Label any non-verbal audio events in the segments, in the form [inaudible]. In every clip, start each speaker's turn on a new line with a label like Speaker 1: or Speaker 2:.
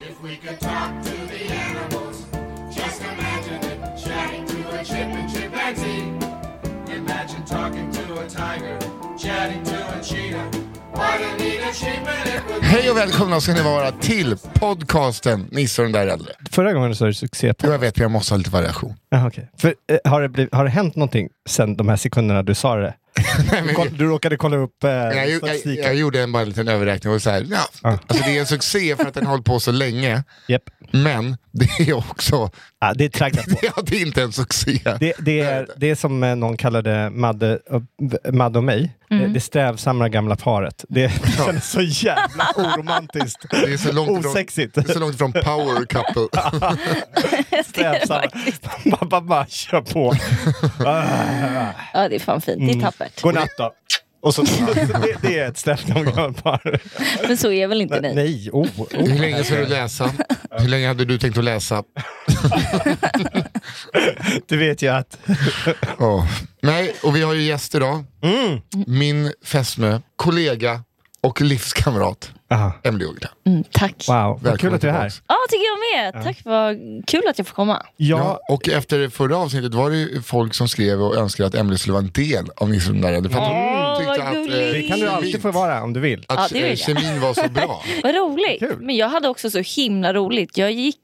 Speaker 1: If we could talk to the animals, just imagine it. Chatting to a chip and chimpanzee. Imagine talking to a tiger, chatting to a cheetah. What a neat achievement it would
Speaker 2: Hej och välkomna ska ni vara till podcasten Nisse och den där äldre.
Speaker 3: Förra gången så var det succé på...
Speaker 2: Jag vet, men jag måste ha lite variation.
Speaker 3: Jaha, okej. För, eh, har, det blivit, har det hänt någonting sen de här sekunderna du
Speaker 2: [laughs]
Speaker 3: sa det? Du, koll, du råkade kolla upp eh,
Speaker 2: Jag, jag, jag,
Speaker 3: statistiken?
Speaker 2: jag gjorde en, bara en liten överräkning och så här, ja.
Speaker 3: Ah.
Speaker 2: alltså, det är en succé för att den har hållit på så länge,
Speaker 3: Japp.
Speaker 2: men det är också, [laughs]
Speaker 3: Ja, det tragglar på.
Speaker 2: ja, det är inte en succé.
Speaker 3: Det, det, är, det är som eh, någon kallade Madde och, Madde och mig, Eh, det strävsamma gamla paret.
Speaker 2: [laughs]
Speaker 3: Det känns så jävla oromantiskt.
Speaker 2: Det är så långt ifrån-
Speaker 3: Osexigt.
Speaker 2: Det är så långt ifrån power
Speaker 3: [laughs]
Speaker 2: couple.
Speaker 3: Strävsamma. Man [laughs] bara, bara kör på.
Speaker 4: [laughs]
Speaker 3: Mm.
Speaker 4: Ja, det är fan fint. Det är tappert.
Speaker 3: Godnatt då.
Speaker 4: [laughs]
Speaker 3: Och så, det, det är ett strävsamt gammalt par.
Speaker 4: Men så är väl inte ni?
Speaker 3: Nej, oh, oh.
Speaker 2: Hur länge ska du läsa? Hur länge hade du tänkt att läsa?
Speaker 3: Det vet jag att...
Speaker 2: Ja. Nej, och vi har ju gäst idag.
Speaker 3: Mm.
Speaker 2: Min fästmö, kollega och livskamrat,
Speaker 3: Aha.
Speaker 2: Emelie Uggla.
Speaker 4: Mm, tack. Ja,
Speaker 3: Wow, vad kul
Speaker 2: Välkommen
Speaker 3: att du är här.
Speaker 2: tillbaks.
Speaker 4: tycker jag med. Tack, vad kul att jag får komma.
Speaker 3: Ja,
Speaker 2: Ja, och efter det förra avsnittet var det ju folk som skrev och önskade att Emily skulle vara en del av Nisse och den där äldre. För att
Speaker 4: Åh,
Speaker 2: de tyckte
Speaker 4: vad
Speaker 2: att, eh,
Speaker 4: gulligt.
Speaker 3: det kan du alltid få vara om du vill.
Speaker 2: Att
Speaker 4: Ja, det vill
Speaker 2: eh,
Speaker 4: jag.
Speaker 2: kemin var så bra.
Speaker 4: Vad roligt.
Speaker 3: Kul.
Speaker 4: Men jag hade också så himla roligt. Jag gick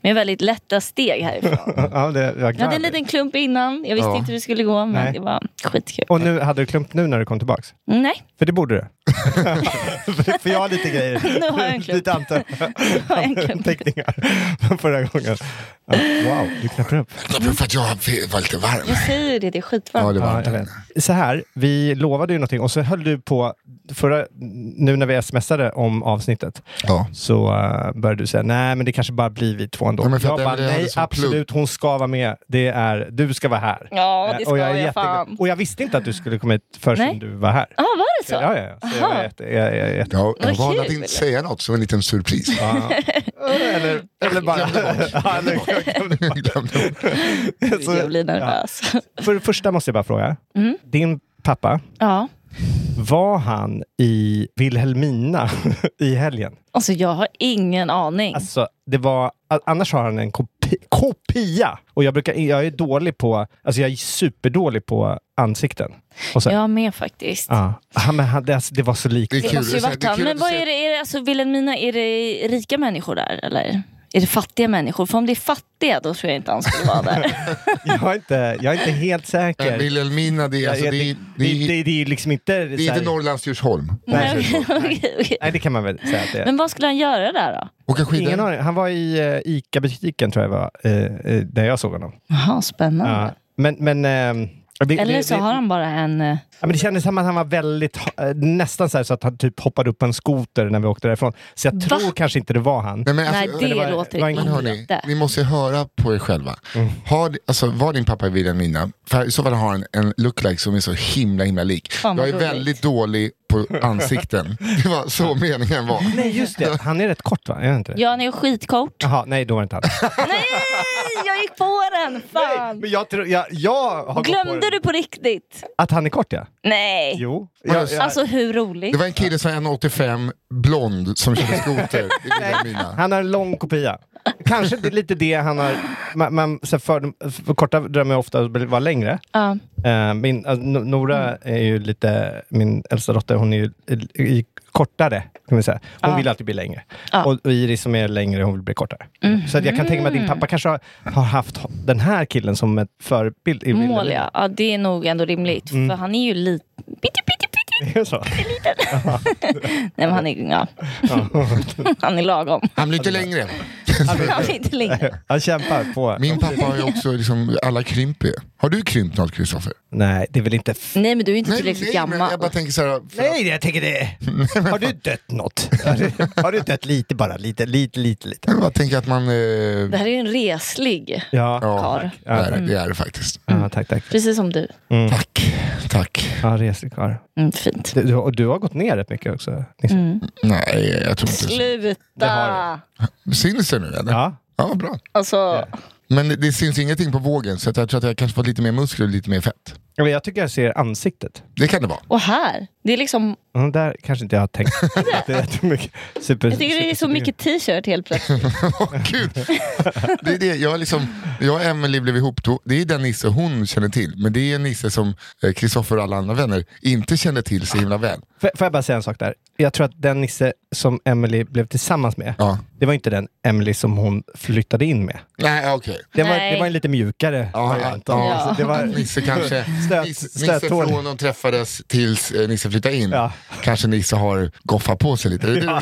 Speaker 4: med väldigt lätta steg härifrån.
Speaker 3: [laughs] Ja, det, jag är
Speaker 4: Jag hade en
Speaker 3: glad.
Speaker 4: liten klump innan. Jag visste
Speaker 2: Ja.
Speaker 4: inte hur det skulle gå, men
Speaker 3: Nej.
Speaker 4: det var skitkul.
Speaker 3: Och nu hade du klump nu när du kom tillbaks?
Speaker 4: Nej,
Speaker 3: För det borde du.
Speaker 4: [laughs]
Speaker 3: för, för jag har lite grejer.
Speaker 4: Nu har jag en klump.
Speaker 3: Lite anta-
Speaker 4: har jag en klump.
Speaker 3: anteckningar [laughs] från förra gången.
Speaker 4: [laughs]
Speaker 3: Ja, wow, du knappar upp.
Speaker 2: Det var för att jag var lite varm.
Speaker 4: jag säger ju det. Det är
Speaker 2: Ja,
Speaker 4: skitvarmt.
Speaker 2: det
Speaker 3: Ja,
Speaker 2: var
Speaker 3: jag
Speaker 2: ja,
Speaker 3: vet. Så här, vi lovade ju någonting och så höll du på, förra, nu när vi smsade om avsnittet,
Speaker 2: ja.
Speaker 3: så eh, började du säga nej men det kanske bara blir vi två ändå.
Speaker 2: Ja, men för
Speaker 3: jag
Speaker 2: att
Speaker 3: bara,
Speaker 2: Emelie hade
Speaker 3: nej
Speaker 2: sån plugg."
Speaker 3: absolut, hon ska vara med. Det är, du ska vara här.
Speaker 4: Ja, det
Speaker 3: Eh, och
Speaker 4: ska
Speaker 3: är
Speaker 4: jag
Speaker 3: jätteglad.
Speaker 4: fan.
Speaker 3: Och jag visste inte att du skulle komma hit förrän
Speaker 4: Nej.
Speaker 3: du var här.
Speaker 4: Ja, var det så?
Speaker 3: Ja, ja, ja. Så jag, var
Speaker 4: Aha.
Speaker 3: jätte, jag, jag, jag,
Speaker 2: Ja, jag valde
Speaker 4: Vad kul,
Speaker 2: att inte
Speaker 4: Wille.
Speaker 2: säga något som en liten surpris.
Speaker 4: [laughs]
Speaker 3: eller, eller bara... Ja, eller-
Speaker 2: [laughs] Jag glömde bort.
Speaker 4: Gud, Jag blir Mm. nervös. [laughs] Ja.
Speaker 3: För det första måste jag bara fråga. Din pappa, var han i Vilhelmina [laughs] i helgen?
Speaker 4: Alltså, jag har ingen aning.
Speaker 3: Alltså, det var, a- annars har han en kopi, kopia. Och jag, brukar, jag är dålig på... Alltså jag är superdålig på ansikten. Och så, ja.
Speaker 4: Jag med faktiskt.
Speaker 3: Han, men han, det, alltså, det var så likt.
Speaker 2: [laughs] Det är
Speaker 4: Det
Speaker 2: kul.
Speaker 4: måste ju
Speaker 2: att säga-
Speaker 4: varit
Speaker 2: det är
Speaker 4: han.
Speaker 2: kul
Speaker 4: Men
Speaker 2: att
Speaker 4: vad
Speaker 2: säga-
Speaker 4: är det, är det alltså Vilhelmina, är det rika människor där eller? Är det fattiga människor? För om det är fattiga då tror jag inte han skulle vara där.
Speaker 3: Jag är inte, jag är inte helt säker.
Speaker 2: Nej, Vilhelmina, det är, alltså,
Speaker 3: Ja,
Speaker 2: det,
Speaker 3: det,
Speaker 2: är- det,
Speaker 3: det,
Speaker 2: är-
Speaker 3: det, det är liksom inte...
Speaker 2: det är
Speaker 3: så här-
Speaker 2: inte Norrlands Djursholm.
Speaker 4: Nej,
Speaker 3: [laughs] Nej,
Speaker 4: [laughs] okej, okej, okej.
Speaker 3: Nej, det kan man väl säga att det är.
Speaker 4: Men vad skulle han göra där då?
Speaker 2: Åka
Speaker 3: Ingen
Speaker 2: skidor.
Speaker 3: aning. Han var i eh, ICA-butiken tror jag var, eh, eh, där jag såg honom.
Speaker 4: Jaha,
Speaker 3: Ja.
Speaker 4: spännande.
Speaker 3: Men, men, ehm, det-
Speaker 4: Mm. Eller
Speaker 3: det-
Speaker 4: så
Speaker 3: det-
Speaker 4: har han bara en... eh,
Speaker 3: Ja, men det kändes som att han var väldigt, eh, nästan så, här, så att han typ hoppade upp på en skoter när vi åkte därifrån. Så jag tror kanske inte det var han.
Speaker 2: Nej, men
Speaker 4: Nej,
Speaker 2: alltså-
Speaker 4: det,
Speaker 3: det var- det
Speaker 4: låter
Speaker 3: var
Speaker 4: inte.
Speaker 2: Men
Speaker 3: ingen-
Speaker 2: hörni, ni måste ju höra på er själva.
Speaker 3: Mm.
Speaker 2: Har, alltså, var din pappa i Vilhelmina, för i så fall har han en lookalike som är så himla himla lik.
Speaker 4: Fan,
Speaker 2: jag
Speaker 4: vad
Speaker 2: är
Speaker 4: roligt.
Speaker 2: väldigt dålig på
Speaker 3: [laughs]
Speaker 2: ansikten. Det var så meningen var.
Speaker 3: Nej, just det. Han är rätt kort va? Är han inte det?
Speaker 4: Ja, han
Speaker 3: [laughs]
Speaker 4: är skitkort.
Speaker 3: Jaha, nej då var det inte han.
Speaker 4: Nej, jag gick på den! [laughs] Fan!
Speaker 3: Men jag, tror, jag, jag har gått på
Speaker 4: Glömde
Speaker 3: det.
Speaker 4: du på riktigt?
Speaker 3: Att han är kort ja.
Speaker 4: Nej!
Speaker 3: Jo. Jag, jag,
Speaker 4: Alltså hur roligt?
Speaker 2: Det var en kille
Speaker 3: [laughs]
Speaker 2: som var 1,85, blond, som körde skoter i Vilhelmina.
Speaker 3: han har en lång kopia. kanske det är lite det han har... Man, man, så här, för, för korta drömmar är ofta att vara längre.
Speaker 4: Ja.
Speaker 3: Eh, min, alltså, No- Nora
Speaker 4: Mm.
Speaker 3: är ju lite, min äldsta dotter, hon är ju i, i, kortare. Kan vi säga. Hon
Speaker 4: Ja.
Speaker 3: vill alltid bli längre.
Speaker 4: Ja. Mm.
Speaker 3: Och, och Iris som är längre, hon vill bli kortare. Så att jag kan tänka mig att din pappa kanske har, har haft den här killen som ett förebild. i
Speaker 4: Mål
Speaker 3: bilden.
Speaker 4: ja. ja, det är nog ändå rimligt. För han är ju lite... Pitti, pitti, pitti.
Speaker 3: Det [laughs] är så.
Speaker 4: Nej, men han är... Ja. [laughs] han är lagom.
Speaker 2: Han blir lite längre.
Speaker 4: Han är inte längre.
Speaker 3: Han kämpar på.
Speaker 2: Min pappa
Speaker 3: [laughs]
Speaker 2: har ju också, liksom, alla krymper ju. Har du krympt något Kristoffer?
Speaker 3: Nej, det är väl inte... f-
Speaker 4: Nej, men du är inte tillräckligt
Speaker 2: nej, men
Speaker 4: gammal.
Speaker 2: jag bara tänker så här. för-
Speaker 3: Nej, jag tänker det. [laughs] Har du dött något? Har du, har du dött lite bara? Lite, lite, lite, lite.
Speaker 2: Jag bara tänker att man... Eh,
Speaker 4: Det här är ju en reslig
Speaker 3: Ja,
Speaker 2: ja,
Speaker 4: karl. Mm.
Speaker 2: det är, det- det är det faktiskt.
Speaker 3: ja tack, tack.
Speaker 4: Precis som du.
Speaker 3: Mm.
Speaker 2: Tack. Tack.
Speaker 3: Ja, reslig karl.
Speaker 4: Mm, fint.
Speaker 3: Du, du, och du har gått ner rätt mycket också. Nisse.
Speaker 4: Mm.
Speaker 2: Nej, jag tror inte
Speaker 3: Det
Speaker 4: Sluta!
Speaker 3: har
Speaker 2: det. Syns det nu eller?
Speaker 3: Ja.
Speaker 2: ja vad bra.
Speaker 4: Alltså,
Speaker 2: Men det, det syns ingenting på vågen så att jag tror att jag kanske fått lite mer muskler och lite mer fett.
Speaker 3: Ja, men Jag tycker jag ser ansiktet.
Speaker 2: Det kan det vara. [laughs]
Speaker 4: och här. Det är liksom,
Speaker 3: Mm, där kanske inte jag har
Speaker 4: [laughs]
Speaker 3: tänkt. det är jättemycket. Super,
Speaker 4: jag tycker det är så mycket t-shirt helt plötsligt.
Speaker 2: Åh, Gud. Det är det. Jag, är liksom, jag och Emelie blev ihop, då. det är den Nisse hon känner till. Men det är en Nisse som eh, Kristoffer och alla andra vänner inte känner till så himla väl.
Speaker 3: Får får jag bara säga en sak där? Jag tror att den Nisse som Emily blev tillsammans med,
Speaker 2: Ja.
Speaker 3: det var inte den Emily som hon flyttade in med.
Speaker 2: Nej, okej.
Speaker 3: Det var, det
Speaker 4: Nej.
Speaker 3: var en lite mjukare
Speaker 2: Ja,
Speaker 3: variant.
Speaker 2: ja.
Speaker 3: Alltså, Det var,
Speaker 2: [laughs] Nisse kanske,
Speaker 3: Stöt-
Speaker 2: Nisse, Nisse
Speaker 3: stöthål.
Speaker 2: från de träffades tills eh, Nisse flyttade in,
Speaker 3: Ja.
Speaker 2: kanske Nisse har goffat på sig lite. Ja,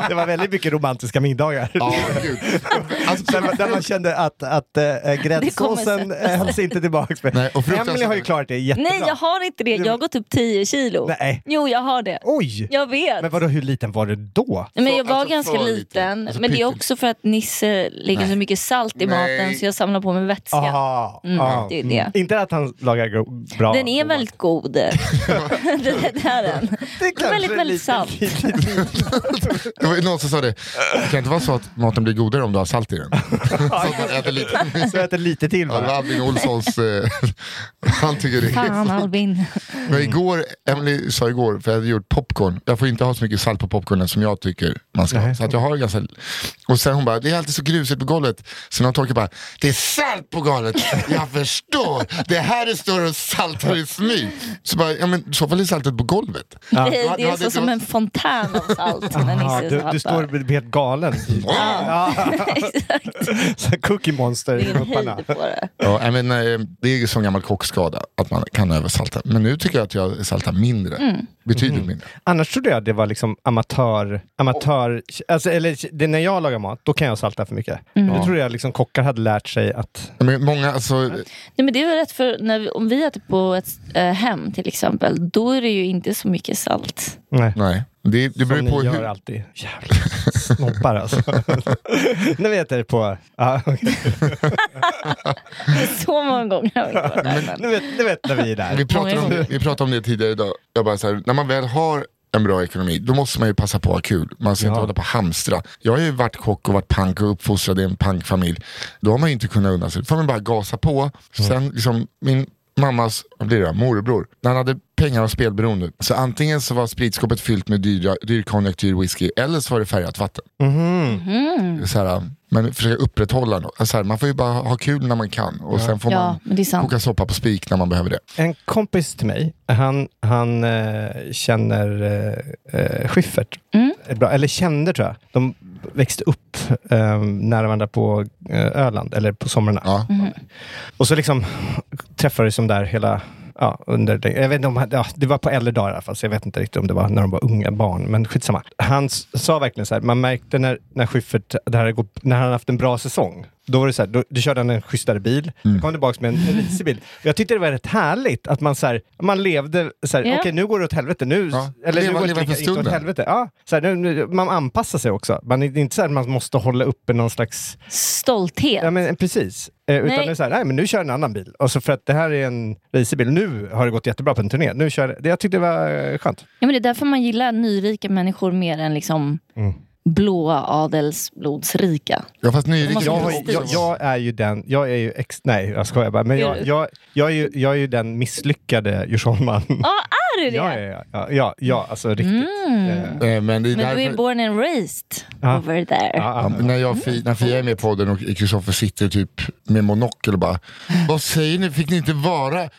Speaker 3: [laughs] det var väldigt mycket romantiska middagar.
Speaker 2: [laughs] ja gud. Alltså,
Speaker 3: Där, man- där man kände att, att äh, gräddsåsen
Speaker 4: kommer
Speaker 3: äh, hälls inte tillbaka.
Speaker 2: Nej, och fruktansvärt-
Speaker 3: Emily har ju klarat det jättebra.
Speaker 4: Nej, jag har inte det. Jag har gått upp 10 kilo.
Speaker 3: Nej.
Speaker 4: Jo, jag har det.
Speaker 3: Oj!
Speaker 4: Jag vet.
Speaker 3: Men vadå, hur liten var du då?
Speaker 4: Nej, Men jag
Speaker 2: Så,
Speaker 4: var
Speaker 2: alltså,
Speaker 4: ganska
Speaker 2: för liten.
Speaker 4: liten.
Speaker 2: Alltså,
Speaker 4: men det är
Speaker 2: pyttel-
Speaker 4: också för att Nisse lägger så mycket salt i
Speaker 2: Nej.
Speaker 4: maten så jag samlar på mig vätska.
Speaker 3: Aha,
Speaker 4: Mm,
Speaker 3: ah,
Speaker 4: det är det.
Speaker 3: mm. Inte att han lagar go- bra
Speaker 4: Den är
Speaker 3: god
Speaker 4: väldigt god. det, det är den.
Speaker 3: Det är kanske
Speaker 4: väldigt,
Speaker 3: en
Speaker 4: väldigt
Speaker 3: liten- [laughs]
Speaker 4: salt.
Speaker 2: det var ju någon som sa det, det kan inte vara så att maten blir godare om du har salt i den. så att man äter lite.
Speaker 3: Så jag äter lite till
Speaker 2: Ja, det var
Speaker 3: bara.
Speaker 2: Albin Olssons, eh, han tycker det är...
Speaker 4: Fan Albin.
Speaker 2: Men igår, Emily sa igår, för jag hade gjort popcorn, jag får inte ha så mycket salt på popcornen som jag tycker man ska ha. Så att jag har ganska... Och sen hon bara, det är alltid så grusigt på golvet. Så någon torkar bara, det är salt på golvet, jag förstår. Det här du står och saltar i smyg. Så bara, ja men i så fall är saltet på golvet.
Speaker 4: Det,
Speaker 2: Ja,
Speaker 4: är-
Speaker 2: det
Speaker 4: det är
Speaker 2: hade-
Speaker 4: så som en fontän av salt när
Speaker 3: Ja,
Speaker 4: Nisse
Speaker 3: du,
Speaker 4: saltar.
Speaker 3: du står och blir helt galen.
Speaker 4: Ja. [laughs] Exakt.
Speaker 3: Så Cookie monster
Speaker 4: Det
Speaker 3: i
Speaker 4: är en
Speaker 3: pupparna.
Speaker 4: hejd på det.
Speaker 2: Ja, nej, men, eh, det är ju som gammal kockskada, att man kan översalta. Men nu tycker jag att jag saltar mindre.
Speaker 3: Mm.
Speaker 2: Betydligt mindre.
Speaker 3: Annars trodde jag att det var liksom amatör... amatör alltså, eller, det, när jag lagar mat, då kan jag salta för mycket.
Speaker 4: Mm.
Speaker 3: Nu trodde jag liksom kockar hade lärt sig att...
Speaker 2: Men många, alltså,
Speaker 4: Nej, men det är väl rätt för när vi, om vi äter på ett eh, hem till exempel, då är det ju inte så mycket salt.
Speaker 3: Nej.
Speaker 2: nej. Det, det
Speaker 3: Som
Speaker 2: beror
Speaker 3: ni
Speaker 2: på
Speaker 3: gör
Speaker 2: hur,
Speaker 3: alltid. Jävla
Speaker 2: [laughs]
Speaker 3: snobbar alltså. Ni vet det på... Ja, okej.
Speaker 4: Så många gånger har vi varit där. Men,
Speaker 3: ni, vet, ni vet när vi är där.
Speaker 2: Vi pratade, om det, vi pratade om det tidigare idag. Jag bara så här, när man väl har en bra ekonomi, då måste man ju passa på att ha kul. Man ska inte hålla på och hamstra. Jag har ju varit kock och varit pank och uppfostrad i en pankfamilj. Då har man ju inte kunnat unna sig. Då får man bara gasa på. Sen liksom, min mammas, vad blir det då, morbror, när han hade pengar och spelberoende. Så antingen så var spritskåpet fyllt med dyra, dyr konjak, dyr whisky, eller så var det färgat vatten.
Speaker 4: Mhm.
Speaker 2: Så här, men försöka upprätthålla något. Så här, man får ju bara ha kul när man kan. Och sen får
Speaker 4: ja, men det
Speaker 2: man
Speaker 4: är sant.
Speaker 2: koka soppa på spik när man behöver det.
Speaker 3: En kompis till mig, han, han eh, känner eh, eh, Schyffert. Är Bra, eller kände tror jag. De växte upp eh, nära varandra på eh, Öland, eller på somrarna.
Speaker 2: Ja.
Speaker 3: Och så liksom träffades de där hela... Ja, under, det- jag vet inte om, han- ja, det var på äldre dagar i alla fall, så jag vet inte riktigt om det var när de var unga barn, men skitsamma. Han s- sa verkligen så här, man märkte när, när Schyffert, det här går- när han haft en bra säsong, då var det så här, då, då körde han en schysstare bil, mm. kom tillbaka med en, en risig bil. Och jag tyckte det var rätt härligt att man så här, man levde så här,
Speaker 4: Ja.
Speaker 3: okej nu går det åt helvete, nu,
Speaker 2: Ja,
Speaker 3: eller
Speaker 2: leva-
Speaker 3: nu går
Speaker 2: leva
Speaker 3: det
Speaker 2: för
Speaker 3: inte- inte åt
Speaker 2: stunden.
Speaker 3: helvete. Ja, så här, nu, nu, man anpassar sig också. Man är inte så här, man måste hålla uppe någon slags
Speaker 4: Stolthet.
Speaker 3: Ja, men precis. Eh, utan
Speaker 4: Nej.
Speaker 3: det är så här, nej men nu kör jag en annan bil. Alltså för att det här är en racerbil. Nu har det gått jättebra på en turné. Nu kör jag, det jag tyckte det var eh, skönt. Mm.
Speaker 4: Ja, men det är därför man gillar nyrika människor mer än liksom blåa adelsblodsrika.
Speaker 2: Ja fast nyriken
Speaker 3: Jag, har, jag, jag är ju den, jag är ju, ex, nej jag skojar bara, men jag, jag, jag, är, ju, jag är ju den misslyckade Djursholman.
Speaker 4: Ja, är Mm. du det?
Speaker 3: [laughs] Ja, ja, ja, ja, ja, alltså riktigt. Eh,
Speaker 2: Eh, Men det är
Speaker 4: Men du är
Speaker 2: därför...
Speaker 4: born and raised
Speaker 3: Ja.
Speaker 4: over there.
Speaker 3: ja,
Speaker 2: Ja, men när, jag, Fi- när Fia är med i podden och Kristoffer sitter typ med monokel och bara Vad säger ni, fick ni inte vara i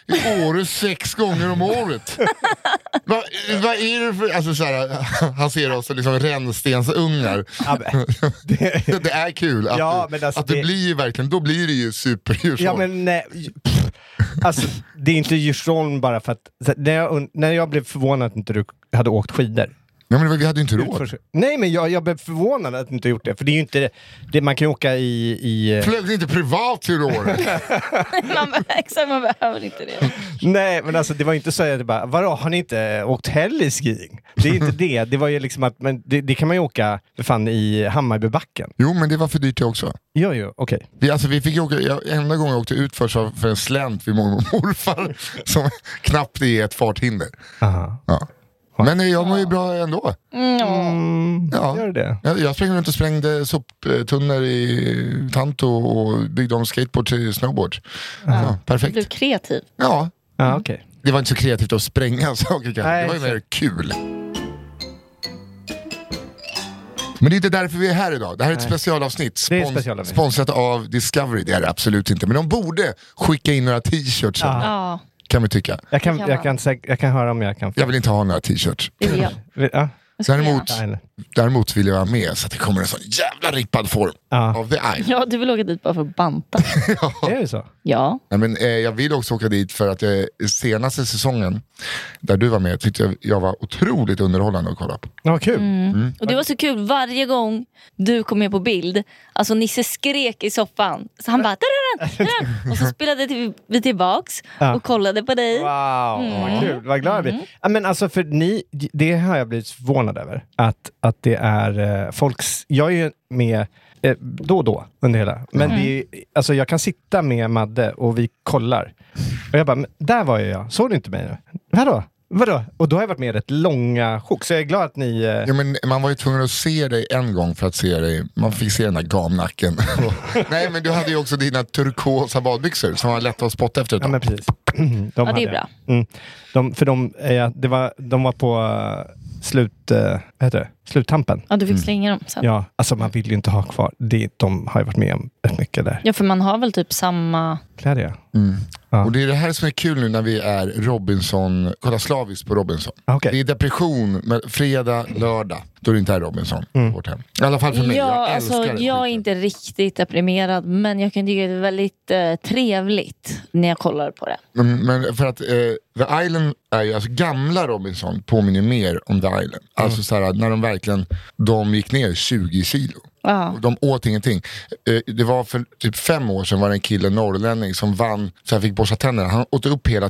Speaker 2: Åre sex gånger om året? [laughs] Vad vad är det för... Alltså, så här, han ser oss som liksom rännstensungar.
Speaker 3: ja, men, det,
Speaker 4: [laughs]
Speaker 2: Det är kul att,
Speaker 3: Ja,
Speaker 2: du,
Speaker 3: men alltså
Speaker 2: att det,
Speaker 3: det-
Speaker 2: blir ju verkligen, då blir det ju superdjursholm.
Speaker 3: Ja, men nej. Pff. Alltså, det är inte Djursholm bara för att... så att När jag, und- när jag blev förvånad att inte du hade åkt skidor.
Speaker 2: Ja, men vi hade ju inte råd.
Speaker 3: Utförs- Nej, men jag, jag blev förvånad att du inte gjort det. För det är ju inte... Det, man kan ju åka i... i eh,
Speaker 2: Flög ni inte privat till
Speaker 3: [laughs]
Speaker 2: Åre?
Speaker 4: [laughs] man, be- exakt, man behöver inte det.
Speaker 3: nej, men alltså det var ju inte så att jag bara, vadå, har ni inte åkt heller skiing? Det är [laughs] inte det. Det var ju liksom att, men det, det kan man ju åka, för fan, i Hammarbybacken.
Speaker 2: Jo, men det var för dyrt det också.
Speaker 3: Jo, jo, okej.
Speaker 2: Vi, alltså, vi fick ju åka, jag, enda gången jag åkte ut för, så var för en slänt vid mormor och morfar [laughs] som knappt är ett farthinder.
Speaker 3: Aha.
Speaker 2: Ja. Men eh, jag mår ju bra ändå.
Speaker 3: Mm, Gör
Speaker 2: Ja.
Speaker 3: det?
Speaker 2: Jag, jag sprang runt och sprängde soptunnor i Tanto och byggde om skateboard till snowboard. Ja,
Speaker 4: Du är
Speaker 2: perfekt.
Speaker 4: kreativ.
Speaker 2: Ja,
Speaker 3: Ja, okej.
Speaker 2: det var inte så kreativt att spränga [laughs] saker kanske.
Speaker 3: Nej,
Speaker 2: Det var ju mer
Speaker 3: exakt.
Speaker 2: kul. Men det är inte därför vi är här idag. Det här är ett specialavsnitt.
Speaker 3: Det är ett
Speaker 2: Spons-
Speaker 3: specialavsnitt.
Speaker 2: Sponsrat av Discovery. Det är det absolut inte. Men de borde skicka in några t-shirts.
Speaker 3: Ja.
Speaker 4: Ja,
Speaker 2: Kan vi tycka.
Speaker 3: Jag, kan,
Speaker 4: Det kan
Speaker 3: jag,
Speaker 4: man.
Speaker 3: kan, säk- jag kan höra om jag kan...
Speaker 2: Jag vill inte ha några t-shirts.
Speaker 4: det vill jag.
Speaker 3: Ja,
Speaker 4: Jag skulle
Speaker 2: Däremot,
Speaker 4: gärna.
Speaker 3: nej.
Speaker 2: däremot vill jag vara med så att det kommer en sån jävla rippad form
Speaker 3: Ja.
Speaker 2: av The Eye.
Speaker 4: Ja, du vill åka dit bara för att banta.
Speaker 3: Är det så?
Speaker 4: Ja.
Speaker 2: Nej, men, eh, jag vill också åka dit för att eh, senaste säsongen där du var med tyckte jag, jag var otroligt underhållande att kolla på.
Speaker 3: Ja, vad kul.
Speaker 4: Mm. Och det var så kul varje gång du kom med på bild. Alltså Nisse skrek i soffan. Så han bara... "Tadadadam, tadadam." Och så spelade till- vi tillbaks
Speaker 3: Ja.
Speaker 4: och kollade på dig.
Speaker 3: Wow, vad kul. Vad glad jag blir. Ja, men alltså för ni, det har jag blivit förvånad över. Att, att det är eh, folks... Jag är ju med eh, då och då under hela. Men det är, ju- alltså jag kan sitta med Madde och vi kollar. Och jag bara, men där var ju jag. Såg du inte mig nu? Vadå? Vadå? Och då har jag varit med i rätt långa sjok. Så jag är glad att ni... Eh,
Speaker 2: Ja, men man var ju tvungen att se dig en gång för att se dig. Man fick se den där
Speaker 3: [laughs]
Speaker 2: gamnacken. Nej men du hade ju också dina turkosa badbyxor som var lätta att spotta efter ett
Speaker 3: Ja, men
Speaker 2: tag.
Speaker 3: precis. [clears throat] De ja,
Speaker 4: är bra.
Speaker 3: Mm. De, för de, eh, det var, de var på eh, slut, eh, vad heter det? sluttampen.
Speaker 4: Ja, du fick slänga dem sen.
Speaker 3: Mm. Ja, alltså man vill ju inte ha kvar. Det, de har ju varit med om rätt mycket där.
Speaker 4: Ja, för man har väl typ samma...
Speaker 3: Kläder ja.
Speaker 2: Mm.
Speaker 3: Ja.
Speaker 2: Och det är det här som är kul nu när vi är Robinson, kollar slaviskt på Robinson.
Speaker 3: Ah, okej.
Speaker 2: Det är depression men fredag, lördag. Då är det inte här Robinson i
Speaker 3: Mm.
Speaker 2: vårt hem. I alla fall för mig.
Speaker 4: Ja,
Speaker 2: jag
Speaker 4: alltså,
Speaker 2: älskar den
Speaker 4: jag är
Speaker 2: skiten.
Speaker 4: inte riktigt deprimerad, men jag kan tycka att det är väldigt eh, trevligt när jag kollar på det.
Speaker 2: Men, men för att eh, The Island är ju, alltså gamla Robinson påminner mer om The
Speaker 4: Mm.
Speaker 2: Island. Alltså så här, när de verkligen, de gick ner 20 kilo.
Speaker 4: Ja.
Speaker 2: Och De åt ingenting. Eh, Det var för typ fem år sedan var det en kille, en norrlänning, som vann, så här fick borsta tänderna. Han åt upp hela